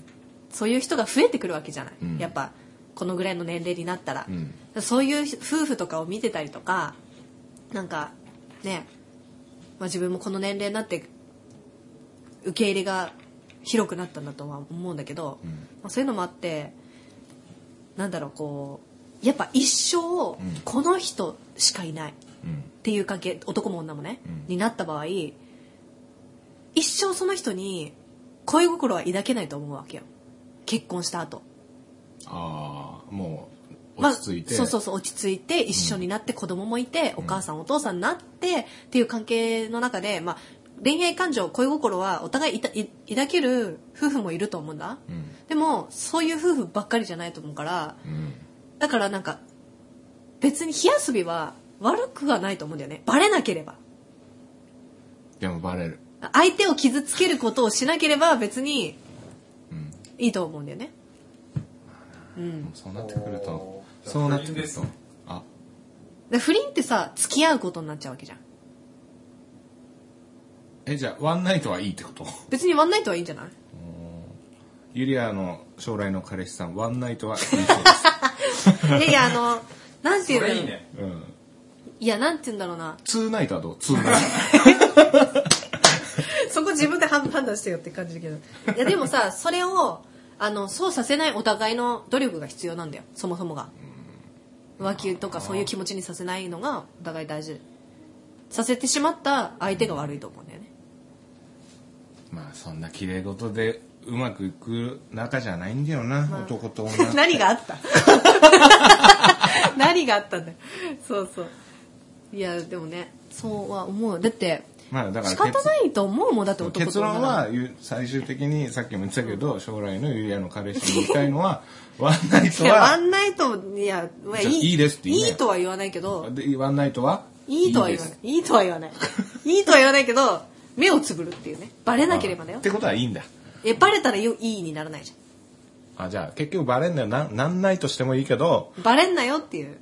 Speaker 3: そういう人が増えてくるわけじゃない。
Speaker 1: うん
Speaker 3: やっぱ、このぐらいの年齢になったら。
Speaker 1: うん
Speaker 3: そういう夫婦とかを見てたりとか、なんか、ね、まあ、自分もこの年齢になって、受け入れが広くなったんだとは思うんだけど、
Speaker 1: うん
Speaker 3: まあ、そういうのもあって、なんだろう、こう、やっぱ一生
Speaker 1: ん、
Speaker 3: この人しかいない。
Speaker 1: うん
Speaker 3: っていう関係男も女もね、
Speaker 1: うん
Speaker 3: になった場合一生その人に恋心は抱けないと思うわけよ結婚した後
Speaker 1: ああもう
Speaker 3: まあ
Speaker 1: 落ち着いて、
Speaker 3: そうそうそう落ち着いて一緒になって子供もいて、お母さんお父さんになってっていう関係の中で、まあ、恋愛感情恋心はお互いいたい抱ける夫婦もいると思うんだ、
Speaker 1: うん
Speaker 3: でもそういう夫婦ばっかりじゃないと思うから
Speaker 1: うん
Speaker 3: だからなんか別に火遊びは悪くはないと思うんだよねバレなければ
Speaker 1: でもバレる
Speaker 3: 相手を傷つけることをしなければ別に
Speaker 1: うん
Speaker 3: いいと思うんだよね。うん。
Speaker 1: そうなってくると
Speaker 2: おー
Speaker 1: そうなってくる
Speaker 2: じ
Speaker 1: と
Speaker 2: ゃ
Speaker 1: あ
Speaker 2: あ不倫です
Speaker 3: で不倫ってさ、付き合うことになっちゃうわけじゃん。
Speaker 1: えじゃあワンナイトはいいってこと
Speaker 3: 別にワンナイトはいいんじゃない
Speaker 1: ユリアの将来の彼氏さんワンナイトはいいそう です、
Speaker 3: いやいや、あの、なんてい
Speaker 2: そう
Speaker 3: の
Speaker 2: れいいね。
Speaker 1: うん、
Speaker 3: いや、なんて言うんだろうな。
Speaker 1: ツーナイトはどうツーナイト
Speaker 3: そこ自分で判判断してよって感じだけど。いや、で もさ、それを、あの、そうさせないお互いの努力が必要なんだよ。そもそもが。浮気とかそういう気持ちにさせないのがお互い大事。させてしまった相手が悪いと思うんだよね。
Speaker 1: まあそんな綺麗事でうまくいく仲じゃないんだよな、
Speaker 3: まあ
Speaker 1: 男と 女って
Speaker 3: 何があった何があったんだよそうそういやでもねそうは思うだって
Speaker 1: まあだから
Speaker 3: 仕方ないと思うもんだって男と
Speaker 1: 結論はゆ最終的にさっきも言ってたけど、将来のユリアの彼氏に言いたいの はワンナイ
Speaker 3: い
Speaker 1: ト
Speaker 3: やワ
Speaker 1: は
Speaker 3: ンナイトいやまあ
Speaker 1: じゃあいいですって言うね
Speaker 3: いいとは言わないけど
Speaker 1: でワンナイトはい
Speaker 3: いとは言わないいいとは言わないいいとは言わないけど目をつぶるっていうねバレなければだ
Speaker 1: あ
Speaker 3: よ
Speaker 1: ってことはいいんだ
Speaker 3: えバレたらよいいにならないじ
Speaker 1: あじゃあ結局バレんなよななんないとしてもいいけど
Speaker 3: ゃんバレんなよっていう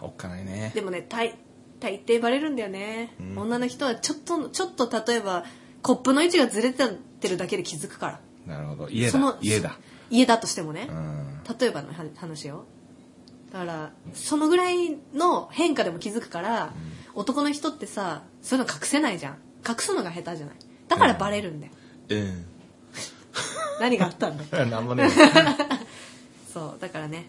Speaker 1: おっかないね
Speaker 3: でもね大大抵バレるんだよね、女の人はちょっとちょっと例えばコップの位置がずれてるだけで気づくから
Speaker 1: なるほど家
Speaker 3: その
Speaker 1: だ家だ
Speaker 3: 家だとしてもね、
Speaker 1: うん
Speaker 3: 例えばのは話よだからそのぐらいの変化でも気づくから、男の人ってさそういうの隠せないじゃん隠すのが下手じゃないだからバレる んだよ、
Speaker 1: うん
Speaker 3: 何があったんだ
Speaker 1: なんもね
Speaker 3: そうだからね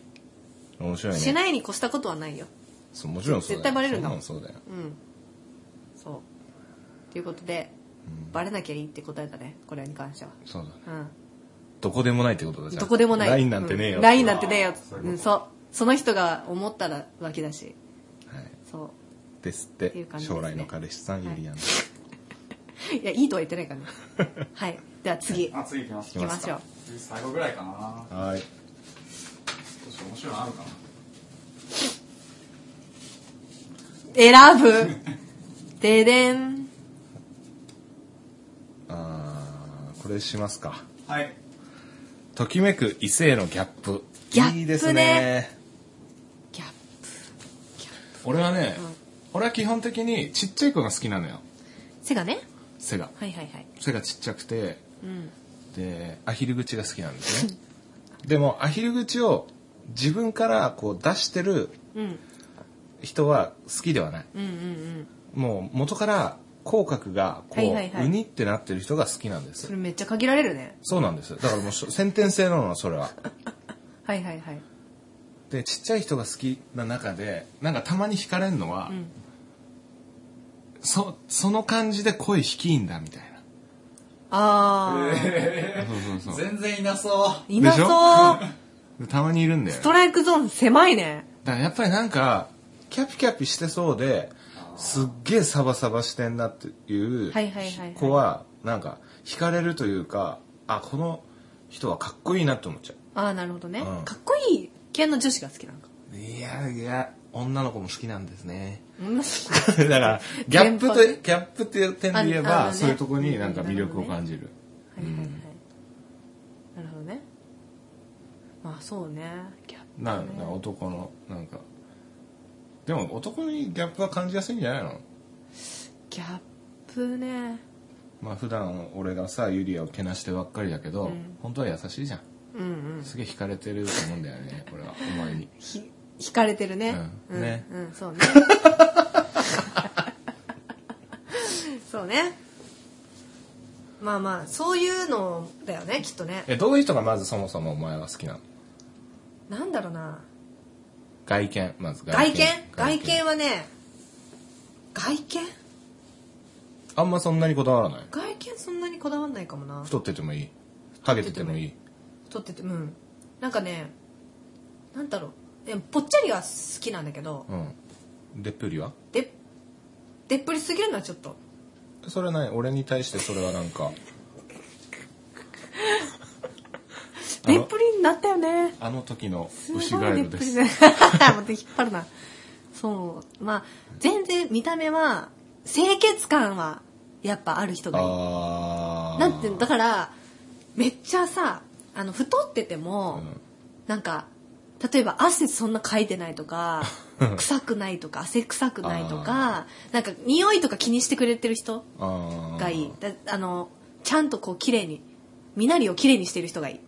Speaker 1: え面白いね
Speaker 3: しないに越したことはないよ
Speaker 1: そうもちろんそうだよ
Speaker 3: 絶対バレるんだもん
Speaker 1: そうだよ
Speaker 3: うんそうということで、バレなきゃいいって答えだねこれに関しては
Speaker 1: そうだね
Speaker 3: うん
Speaker 1: どこでもないってことだじゃん
Speaker 3: どこでもない。
Speaker 1: ラインなんてねえよ、
Speaker 3: うんラインなんてねえよ
Speaker 2: そう。いうこと
Speaker 3: うん、そう。その人が思ったら浮気だし。
Speaker 1: はい
Speaker 3: そ
Speaker 1: ですって
Speaker 3: っていう感じですね
Speaker 1: 将来の彼氏さんユリアン、
Speaker 3: う。いや、いいとは言ってないからね。 はい。では次。
Speaker 2: あ、
Speaker 3: 行
Speaker 2: 次行きます。
Speaker 3: きましょう。
Speaker 2: 次最後ぐらいかな。
Speaker 1: はい
Speaker 2: 少し面白いのあるかな。
Speaker 3: 選ぶ。ででん。
Speaker 1: あーこれしますか
Speaker 2: はい。
Speaker 1: ときめく異性のギャップ
Speaker 3: ギャップね
Speaker 1: いいですね
Speaker 3: ギャップ。
Speaker 1: 俺はね、俺は基本的にちっちゃい子が好きなのよ
Speaker 3: 背がね。
Speaker 1: 背が
Speaker 3: はいはいはい。
Speaker 1: 背がちっちゃくて
Speaker 3: うん。
Speaker 1: でアヒル口が好きなんです ねでもアヒル口を自分からこう出してる
Speaker 3: うん
Speaker 1: 人は好きではない
Speaker 3: うんうん
Speaker 1: もう元から口角がこう、
Speaker 3: はいはいはいう
Speaker 1: にってなってる人が好きなんで
Speaker 3: そ
Speaker 1: す
Speaker 3: れめっちゃ限られるね
Speaker 1: そうなんですだからもうしょ先天性なのそれは
Speaker 3: はいはいはい
Speaker 1: でちっちゃい人が好きな中でなんかたまに惹かれるのは、
Speaker 3: うん
Speaker 1: そその感じで声低いんだみたいな
Speaker 3: あ
Speaker 1: そうそうそう
Speaker 2: 全然いなそう。
Speaker 3: ーいな
Speaker 1: でし
Speaker 3: そう
Speaker 1: でたまにいるんだよ
Speaker 3: ス
Speaker 1: ね
Speaker 3: トライクゾーン狭いね
Speaker 1: だからやっぱりなんかキャピキャピしてそうですっげえサバサバしてんなっていう
Speaker 3: はいはいはいはい
Speaker 1: 子はなんか惹かれるというかあこの人はかっこいいなって思っちゃ
Speaker 3: ああなるほどね、
Speaker 1: うん
Speaker 3: かっこいい系の女子が好きなのか
Speaker 1: ういやいや女の子も好きなんですね
Speaker 3: うん
Speaker 1: だからギャップと
Speaker 3: 全般ね
Speaker 1: ギャップっていう点で言え
Speaker 3: ああ
Speaker 1: ば、
Speaker 3: のね
Speaker 1: そういうとこになんか魅力を感じる
Speaker 3: はいはいはい。なるほどね。まあそうね。ギャップね
Speaker 1: なな男のなんかでも男にギャップは感じやすいんじゃないの
Speaker 3: ギャップね。
Speaker 1: まあ普段俺がさユリアをけなしてばっかりだけど、
Speaker 3: うん
Speaker 1: 本当は優しいじゃん
Speaker 3: うんうん。
Speaker 1: すげえ惹かれてると思うんだよね これはお前に
Speaker 3: ひ、惹かれてるね。
Speaker 1: うんね
Speaker 3: うん、そう ね。そうね。まあまあ、そういうのだよね、きっとね。
Speaker 1: えどういう人がまずそもそもお前は好きなの
Speaker 3: なんだろうな。
Speaker 1: 外見まず
Speaker 3: 外見外見はね、外見
Speaker 1: あんまそんなにこだわらない
Speaker 3: 外見そんなにこだわんないかもな。
Speaker 1: 太っててもいいハゲててもいい
Speaker 3: 撮っててうんなんかねなんだろうでもぽっちゃりは好きなんだけど、
Speaker 1: うんでっぷりは
Speaker 3: ででっぷりすぎるのはちょっと
Speaker 1: それは何俺に対してそれはなんかあ
Speaker 3: でっ
Speaker 1: の
Speaker 3: ぷりになったよね
Speaker 1: あの時の
Speaker 3: すごい
Speaker 1: 牛ガエ
Speaker 3: でっ
Speaker 1: ル
Speaker 3: ぷ
Speaker 1: で
Speaker 3: り
Speaker 1: す
Speaker 3: ね 待って引っ張るなそうまあ全然見た目は清潔感はやっぱある人がいい
Speaker 1: あー
Speaker 3: なんていうのだからめっちゃさあの太ってても、
Speaker 1: うん
Speaker 3: なんか例えば汗そんなかいてない とか臭くないとか汗臭くないとかなんか匂いとか気にしてくれてる人
Speaker 1: あー
Speaker 3: がいいだあのちゃんとこう綺麗に身なりを綺麗にしてる人がいい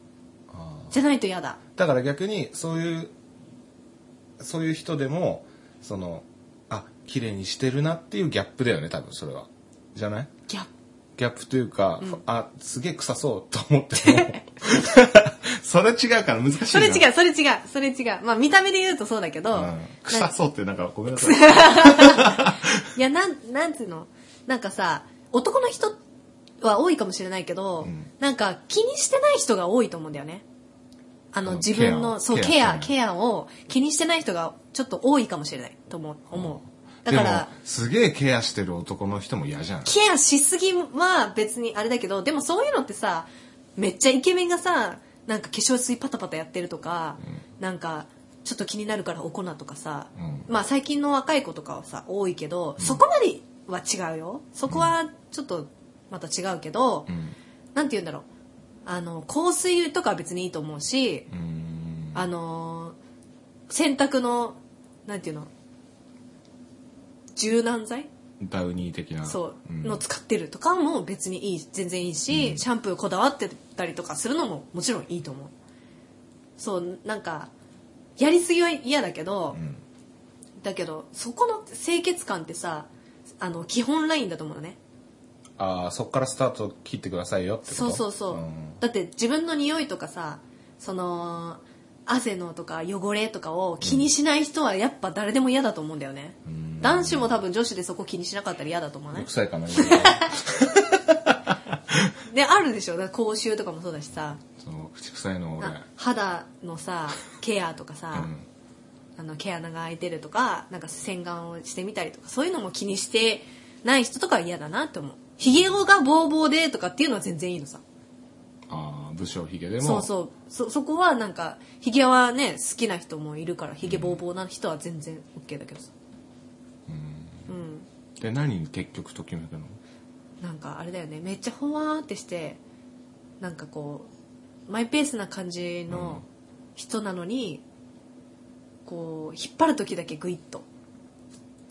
Speaker 1: あー
Speaker 3: じゃないと嫌だ
Speaker 1: だから逆にそういうそういう人でもそのあ綺麗にしてるなっていうギャップだよね多分それはじゃない
Speaker 3: ギャップ
Speaker 1: ギャップというか、あすげえ臭そうと思って もそれ違うから難しいな
Speaker 3: それ違うそれ違うそれ違うまあ見た目で言うとそうだけど、
Speaker 1: うん
Speaker 3: な
Speaker 1: 臭
Speaker 3: ん
Speaker 1: そうってなんかごめんなさい
Speaker 3: いやなんなんつうのなんかさ男の人は多いかもしれないけど、
Speaker 1: うん
Speaker 3: なんか気にしてない人が多いと思うんだよねあ
Speaker 1: あ
Speaker 3: の
Speaker 1: の
Speaker 3: 自分
Speaker 1: ケア
Speaker 3: の
Speaker 1: を
Speaker 3: そうケ
Speaker 1: ケア
Speaker 3: アケアを気にしてない人がちょっと多いかもしれないと思う思うだ
Speaker 1: で
Speaker 3: か
Speaker 1: も
Speaker 3: ら
Speaker 1: すげえケアしてる男の人も嫌じゃん
Speaker 3: ケアしすぎは別にあれだけど、でもそういうのってさ、めっちゃイケメンがさ、なんか化粧水パタパタやってるとか、なんか、ちょっと気になるからお粉とかさ、
Speaker 1: うん
Speaker 3: まあ最近の若い子とかはさ、多いけど、そこまでは違うよ。そこはちょっとまた違うけど、
Speaker 1: うん
Speaker 3: なんて言うんだろう。あの、香水とかは別にいいと思うし、
Speaker 1: うーん
Speaker 3: あのー洗濯の、なんていうの、柔軟剤
Speaker 1: ダウニー的な
Speaker 3: そう、
Speaker 1: ん
Speaker 3: の使ってるとかも別にいい全然いいし、シャンプーこだわってたりとかするのももちろんいいと思うそうなんかやりすぎは嫌だけど、
Speaker 1: ん
Speaker 3: だけどそこの清潔感ってさあの基本ラインだと思うのね
Speaker 1: ああそっからスタート切ってくださいよってこと
Speaker 3: そうそうそう、
Speaker 1: ん
Speaker 3: だって自分の匂いとかさその汗のとか汚れとかを気にしない人はやっぱ誰でも嫌だと思うんだよね、
Speaker 1: ん
Speaker 3: 男子も多分女子でそこ気にしなかったら嫌だと思わない
Speaker 1: 臭いか な
Speaker 3: であるでしょだから口臭とかもそうだしさ
Speaker 1: その口臭いの俺
Speaker 3: な肌のさケアとかさ、
Speaker 1: うん
Speaker 3: あの毛穴が開いてるとかなんか洗顔をしてみたりとかそういうのも気にしてない人とかは嫌だなって思うひげがボーボーでとかっていうのは全然いいのさ
Speaker 1: ああ武将髭でも
Speaker 3: そうそうそそこはなんかひげはね好きな人もいるからひげボーボーな人は全然 OK だけどさうん
Speaker 1: で何に結局ときめくの
Speaker 3: なんかあれだよねめっちゃほわーってしてなんかこうマイペースな感じの人なのに、こう引っ張る時だけグイッと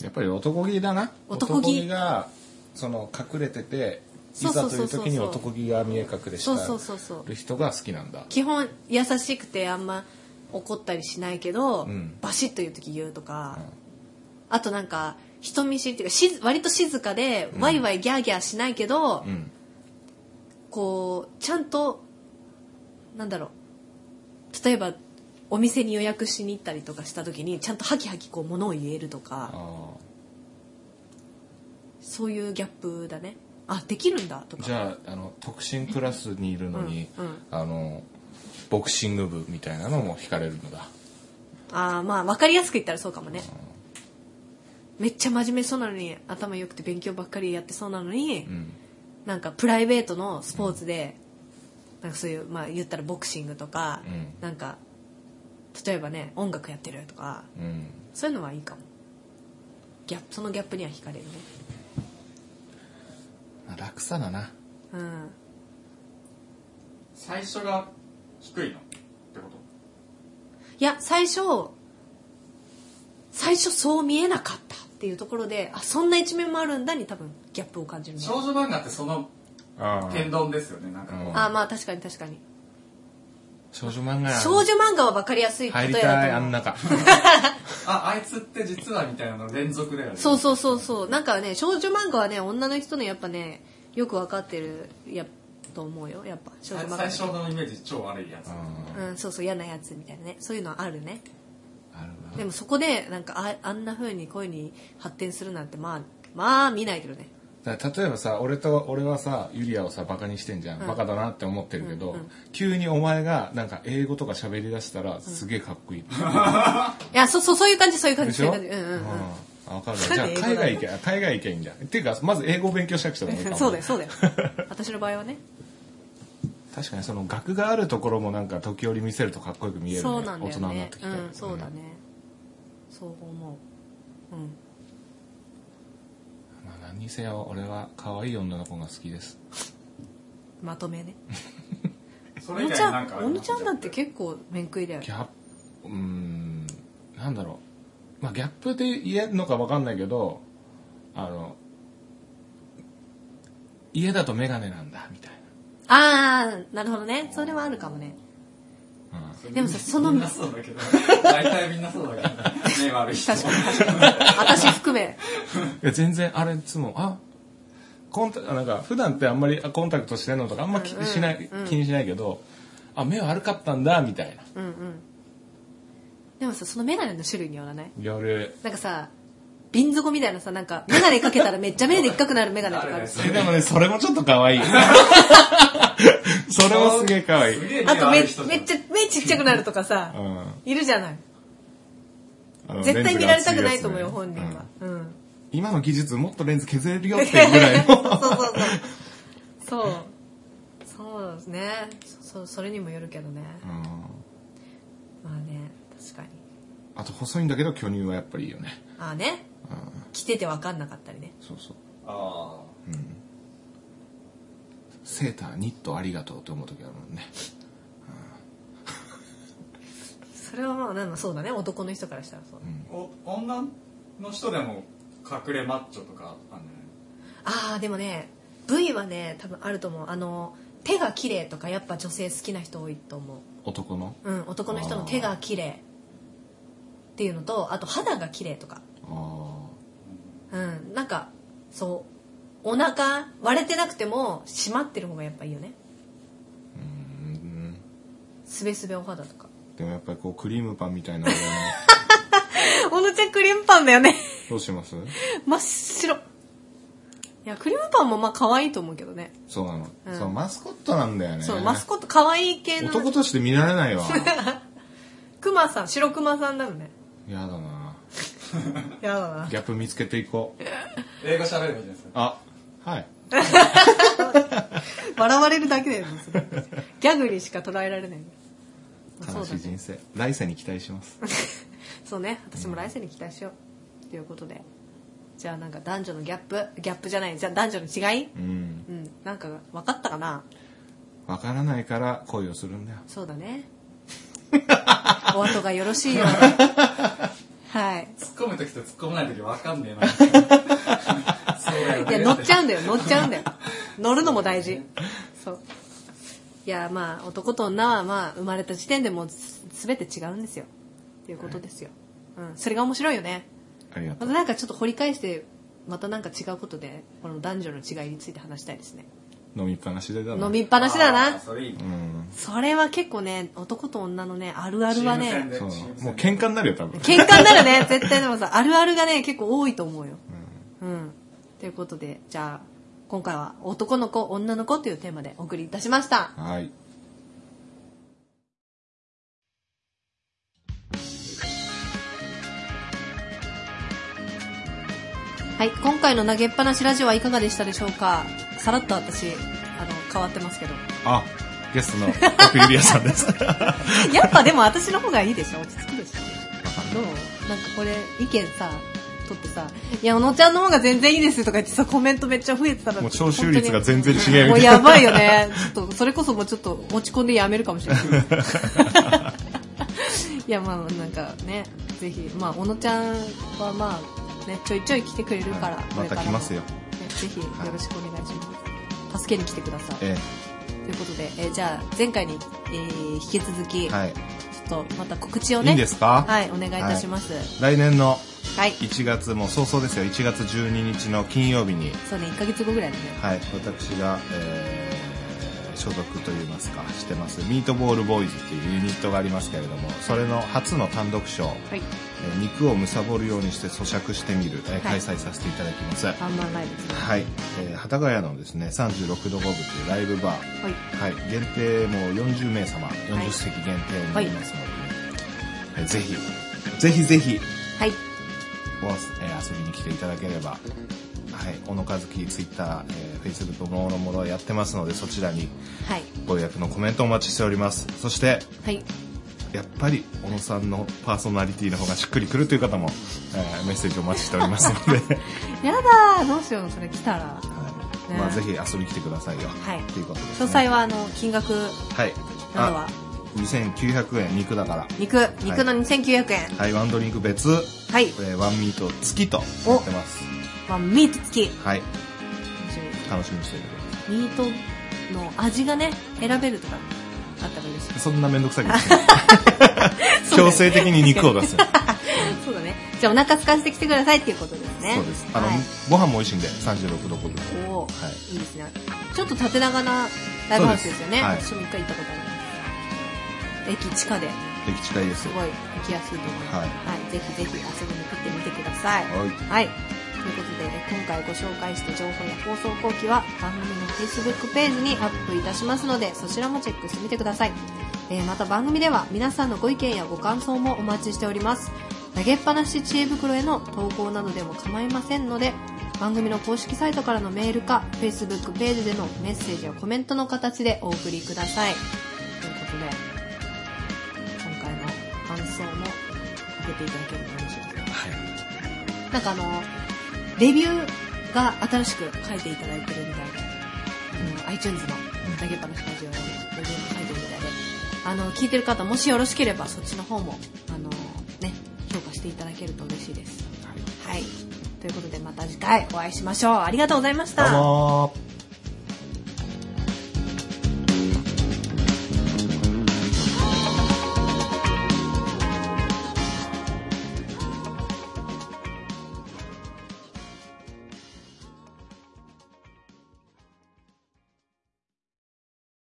Speaker 1: やっぱり男気だな
Speaker 3: 男気
Speaker 1: がその隠れてていざという時に男気が見え隠れ
Speaker 3: そうそう
Speaker 1: し
Speaker 3: そうそう
Speaker 1: たる人が好きなんだ
Speaker 3: 基本優しくてあんま怒ったりしないけど、
Speaker 1: うん
Speaker 3: バシッと言う時言うとか、あとなんか人見知りっていうかしず割と静かでワイワイギャーギャーしないけど、
Speaker 1: うん
Speaker 3: こうちゃんとなんだろう例えばお店に予約しに行ったりとかした時にちゃんとハキハキこう物を言えると
Speaker 1: あ
Speaker 3: か
Speaker 1: あ
Speaker 3: そういうギャップだねあできるんだとか
Speaker 1: じゃああの特進クラスにいるのに、
Speaker 3: うんうん
Speaker 1: あのボクシング部みたいなのも惹かれるのだ
Speaker 3: ああまあ分かりやすく言ったらそうかもねめっちゃ真面目そうなのに頭良くて勉強ばっかりやってそうなのに、
Speaker 1: うん
Speaker 3: なんかプライベートのスポーツで、なんかそういうまあ言ったらボクシングとか、
Speaker 1: うん
Speaker 3: なんか例えばね音楽やってるとか
Speaker 1: うん
Speaker 3: そういうのはいいかもギャップそのギャップには惹かれるね
Speaker 1: 楽さだな
Speaker 3: うん
Speaker 2: 最初が低いのってこと
Speaker 3: いや最初最初そう見えなかったっていうところであそんな一面もあるんだに多分ギャップを感じるね
Speaker 2: 少女漫画ってその
Speaker 1: あ
Speaker 2: 天丼ですよねなんかこう
Speaker 1: うん
Speaker 3: ああまあ確かに確かに
Speaker 1: 少女漫画や
Speaker 3: 少女漫画は分かりやすい例
Speaker 1: 入
Speaker 3: え
Speaker 1: り
Speaker 3: だと思
Speaker 1: た
Speaker 3: う
Speaker 1: いあん中
Speaker 2: ああいつって実はみたいなの連続だよね
Speaker 3: そうそうそうそうなんかね少女漫画はね女の人のやっぱねよく分かってるやと思うよやっぱ少女
Speaker 2: 最
Speaker 3: 漫画
Speaker 2: 最初のイメージ超悪いやつ
Speaker 1: うん
Speaker 3: うんそうそう嫌なやつみたいなねそういうのはあるね
Speaker 1: あるな
Speaker 3: でもそこでなんかああんな風に恋に発展するなんてまあまあ見ないけどね
Speaker 1: だから例えばさ俺と俺はさユリアをさバカにしてんじゃん、
Speaker 3: うん
Speaker 1: バカだなって思ってるけど、
Speaker 3: うんうん
Speaker 1: 急にお前がなんか英語とか喋りだしたらすげえかっこいい、
Speaker 3: いやそそうそういう感じそういう感
Speaker 1: で
Speaker 3: じ
Speaker 1: し
Speaker 3: そ
Speaker 1: ょ
Speaker 3: ういう感じうんうんうん
Speaker 1: あわかるわ
Speaker 3: それ
Speaker 1: じゃあ
Speaker 3: で英語だ
Speaker 1: 海外行けば海外行けばいいんだっていうかまず英語を勉強しなくちゃダメかも
Speaker 3: そうだよそうだよ私の場合はね
Speaker 1: 確かにその学があるところもなんか時折見せるとかっこよく見えるね
Speaker 3: そうなんだ
Speaker 1: 大
Speaker 3: よ
Speaker 1: 人になっ
Speaker 3: ね
Speaker 1: てき
Speaker 3: う
Speaker 1: たら
Speaker 3: んそうだね、そう思ううん
Speaker 1: まあ、何にせよ俺は可愛い女の子が好きです
Speaker 3: まとめね
Speaker 2: そ
Speaker 3: お
Speaker 2: れ以
Speaker 3: の
Speaker 2: 外に
Speaker 3: ちゃ
Speaker 2: なん
Speaker 3: ん
Speaker 2: かあ
Speaker 3: お
Speaker 2: り
Speaker 3: の
Speaker 2: ます
Speaker 3: ちゃんだって結構面食いだよ
Speaker 1: ギ
Speaker 3: ね
Speaker 1: ャップうーんなんだろう、まあ、ギャップで言えるのか分かんないけどあの家だと眼鏡なんだみたい
Speaker 3: ああなるほどねそれはあるかもね
Speaker 1: な、うん
Speaker 3: でもさその
Speaker 2: みんなそうだけど大体みんなそうだけど目悪い人
Speaker 3: 確かに確かに私含め
Speaker 1: いや全然あれいつもあコンタなんか普段ってあんまりあコンタクトしてんのとかあんま気にしない、気にしないけどあ目悪かったんだみたいな
Speaker 3: うんうんでもさそのメガネの種類によらない
Speaker 1: 夜
Speaker 3: なんかさビン底みたいなさなんかメガネかけたらめっちゃ目でっかくなるメガネとかあるし
Speaker 1: えでもねそれもちょっと可 愛いそれもすげえ可愛い、うん、
Speaker 3: あとめめっちゃ目ちっちゃくなるとかさいるじゃない
Speaker 1: あの
Speaker 3: 絶対見られたくないと思うよ
Speaker 1: レンズが厚いや
Speaker 3: 本人
Speaker 1: つね
Speaker 3: はうん
Speaker 1: 今の技術もっとレンズ削れるよっていうぐらい
Speaker 3: そう
Speaker 1: の
Speaker 3: そうそうそうそうそうですねそそうそれにもよるけどね
Speaker 1: うん
Speaker 3: まあね確かに
Speaker 1: あと細いんだけど巨乳はやっぱりいいよね
Speaker 3: ああね
Speaker 1: うん
Speaker 3: 着てて分かんなかったりね
Speaker 1: そうそう
Speaker 2: あ
Speaker 1: セーターニットありがとうって思う時あるもんね
Speaker 3: それはまあなんかそうだね男の人からしたらそう、
Speaker 2: ーお女の人でも隠れマッチョとかあんじ
Speaker 3: ああでもね V はね多分あると思うあの手が綺麗とかやっぱ女性好きな人多いと思
Speaker 1: 男の
Speaker 3: ううん男の人の手が綺麗っていうのとあと肌が綺麗とか
Speaker 1: あ
Speaker 3: うんなんかそうお腹割れてなくても締まってる方がやっぱいいよね
Speaker 1: ーうん
Speaker 3: すべすべお肌とか
Speaker 1: でもやっぱりこうクリームパンみたいなのがね
Speaker 3: おのちゃんクリームパンだよね
Speaker 1: どうします
Speaker 3: 真っ白いやクリームパンもまあ可愛いと思うけどね
Speaker 1: そうなの、
Speaker 3: うん
Speaker 1: そうマスコットなんだよね
Speaker 3: そうマスコット可愛い系の
Speaker 1: 男として見られないわ
Speaker 3: クマさん白クマさんだよね
Speaker 1: やだな
Speaker 3: やだな
Speaker 1: ギャップ見つけていこう
Speaker 2: ゃない英語喋ればいいじゃないですか
Speaker 1: あはい
Speaker 3: 笑われるだけだよねそれギャグにしか捉えられないまあ そ
Speaker 1: 悲
Speaker 3: うだ
Speaker 1: しい
Speaker 3: ね
Speaker 1: 人生、来世に期待します
Speaker 3: そうね私も来世に期待しようということでじゃあなんか男女のギャップギャップじゃないじゃあ男女の違い
Speaker 1: うん
Speaker 3: うんなんか分かったかな
Speaker 1: わからないから恋をするんだよ
Speaker 3: そう だねお後がよろしいようではい
Speaker 2: 突っ込む時と突 っ込まない時わかんねえなそうだよ
Speaker 3: いや
Speaker 2: ね
Speaker 3: 乗っちゃうんだよ乗っちゃうんだよ乗るのも大事。そう。いや、まあ、男と女は、まあ、生まれた時点でもうす全て違うんですよ。っていうことですよ。うん。それが面白いよね。
Speaker 1: ありがと
Speaker 3: ま
Speaker 1: う
Speaker 3: た。なんかちょっと掘り返して、またなんか違うことで、この男女の違いについて話したいですね。
Speaker 1: 飲みっぱなしでだな。
Speaker 3: 飲みっぱなしだ
Speaker 2: あー
Speaker 3: な。
Speaker 2: それいいね
Speaker 1: うん。
Speaker 3: それは結構ね、男と女のね、あるあるは
Speaker 2: チーム戦
Speaker 3: ね、
Speaker 2: で
Speaker 1: そう。
Speaker 2: チーム戦で
Speaker 1: もう喧嘩になるよ、多分。
Speaker 3: 喧嘩になるね、絶対でもさ、あるあるがね、結構多いと思うよ。うん。ということで、じゃあ、今回は男の子、女の子というテーマでお送りいたしました。
Speaker 1: はい。
Speaker 3: はい、今回の投げっぱなしラジオはいかがでしたでしょうかさらっと私、あの、変わってますけど。
Speaker 1: あ、ゲストの奥ゆりやさん です。
Speaker 3: やっぱでも私の方がいいでしょ落ち着くでしょどうなんかこれ、意見さ、取ってさ、いや、小野ちゃんの方が全然いいですとか言ってさ、コメントめっちゃ増えてたら
Speaker 1: もう徴収率が全然違う
Speaker 3: もうやばいよね。ちょっと、それこそもうちょっと落ち込んでやめるか もしれない。いや、まあなんかね、ぜひ、まあ、小野ちゃんはまあ、ね、ちょいちょい来てくれるから、
Speaker 1: はい
Speaker 3: こ
Speaker 1: ま
Speaker 3: れか
Speaker 1: た
Speaker 3: ら
Speaker 1: 来
Speaker 3: も
Speaker 1: ますよ。
Speaker 3: ねぜひよろしくお願いします。助けに来てください。
Speaker 1: え
Speaker 3: ということで、えーじゃあ前回に、えー引き続き、
Speaker 1: え。はい。
Speaker 3: ちょっとまた告知を
Speaker 1: い
Speaker 3: ね
Speaker 1: いんですか
Speaker 3: はいお願いいたします
Speaker 1: 来年の
Speaker 3: はい、
Speaker 1: 1月、もう早々ですよ。1月12日の金曜日に、
Speaker 3: そうね1ヶ月後ぐらいだね
Speaker 1: はい、私が、えー所属といいますか、してます、ミートボールボーイズっていうユニットがありますけれども、それの初の単独ショー、
Speaker 3: はい
Speaker 1: えー肉を貪るようにして咀嚼してみる、えー
Speaker 3: はい
Speaker 1: 開催させていただきます。
Speaker 3: ワンマンライブですね
Speaker 1: はい、えー、幡ヶ谷のですね、36度5分というライブバー、
Speaker 3: はい
Speaker 1: はい、限定もう40名様、40席限定になりますので、ねえぜひ、ぜひぜひ、
Speaker 3: はい
Speaker 1: おわすえー遊びに来ていただければ、はい、小野和樹、ツイッター、えー、フェイスブックもろもろやってますので、そちらに
Speaker 3: はい
Speaker 1: ご予約のコメントお待ちしております。そして、
Speaker 3: はい
Speaker 1: やっぱり小野さんのパーソナリティの方がしっくりくるという方も、えーメッセージお待ちしておりますの で、
Speaker 3: やだーどうしようそれ来たらは
Speaker 1: はい
Speaker 3: ね
Speaker 1: まあ、ぜひ遊びに来てくださいよ。
Speaker 3: い
Speaker 1: ということです、ね。
Speaker 3: 詳細はあの金額
Speaker 1: はい。
Speaker 3: などは
Speaker 1: あ、2900円肉だから。
Speaker 3: 肉肉の2900円
Speaker 1: はい、ワンドリンク別、
Speaker 3: はい、
Speaker 1: えーワンミート付きとなってます。
Speaker 3: まあ、ミート付き
Speaker 1: はい、楽しみにしていてくださ
Speaker 3: ミートの味がね選べるとかあったら嬉しい
Speaker 1: い。そんなめんどくさいことし ない強制的に肉を出す。
Speaker 3: そうだねじゃあお腹空かせてきてくださいっていうことですね
Speaker 1: そうです。あの、
Speaker 3: はい
Speaker 1: ご飯も美味しいんで、36度ほどです。
Speaker 3: おお、、
Speaker 1: はい
Speaker 3: いですねちょっと縦長なライブハウスですよね
Speaker 1: そうです
Speaker 3: 私も一回行ったことあります駅地下で
Speaker 1: 駅近いです。
Speaker 3: す
Speaker 1: は
Speaker 3: ごい行きやすいと思います、
Speaker 1: はい
Speaker 3: ぜひぜひ遊びに来てみてください
Speaker 1: い。
Speaker 3: はいということで、ね、今回ご紹介した情報や放送後期は番組の Facebook ページにアップいたしますのでそちらもチェックしてみてください、えーまた番組では皆さんのご意見やご感想もお待ちしております投げっぱなし知恵袋への投稿などでも構いませんので番組の公式サイトからのメールか Facebook ページでのメッセージやコメントの形でお送りくださいということで今回の感想も受けていただけると嬉しいです
Speaker 1: はい。
Speaker 3: なんかあの、レビューが新しく書いていただいてるみたいで、あの iTunes の投げっぱなしラジオのレビューも書いてるみたいで、あの、聞いてる方、もしよろしければそっちの方も、あの、ね、評価していただけると嬉しいです。はい。ということでまた次回お会いしましょう。ありがとうございました。
Speaker 1: どうもー。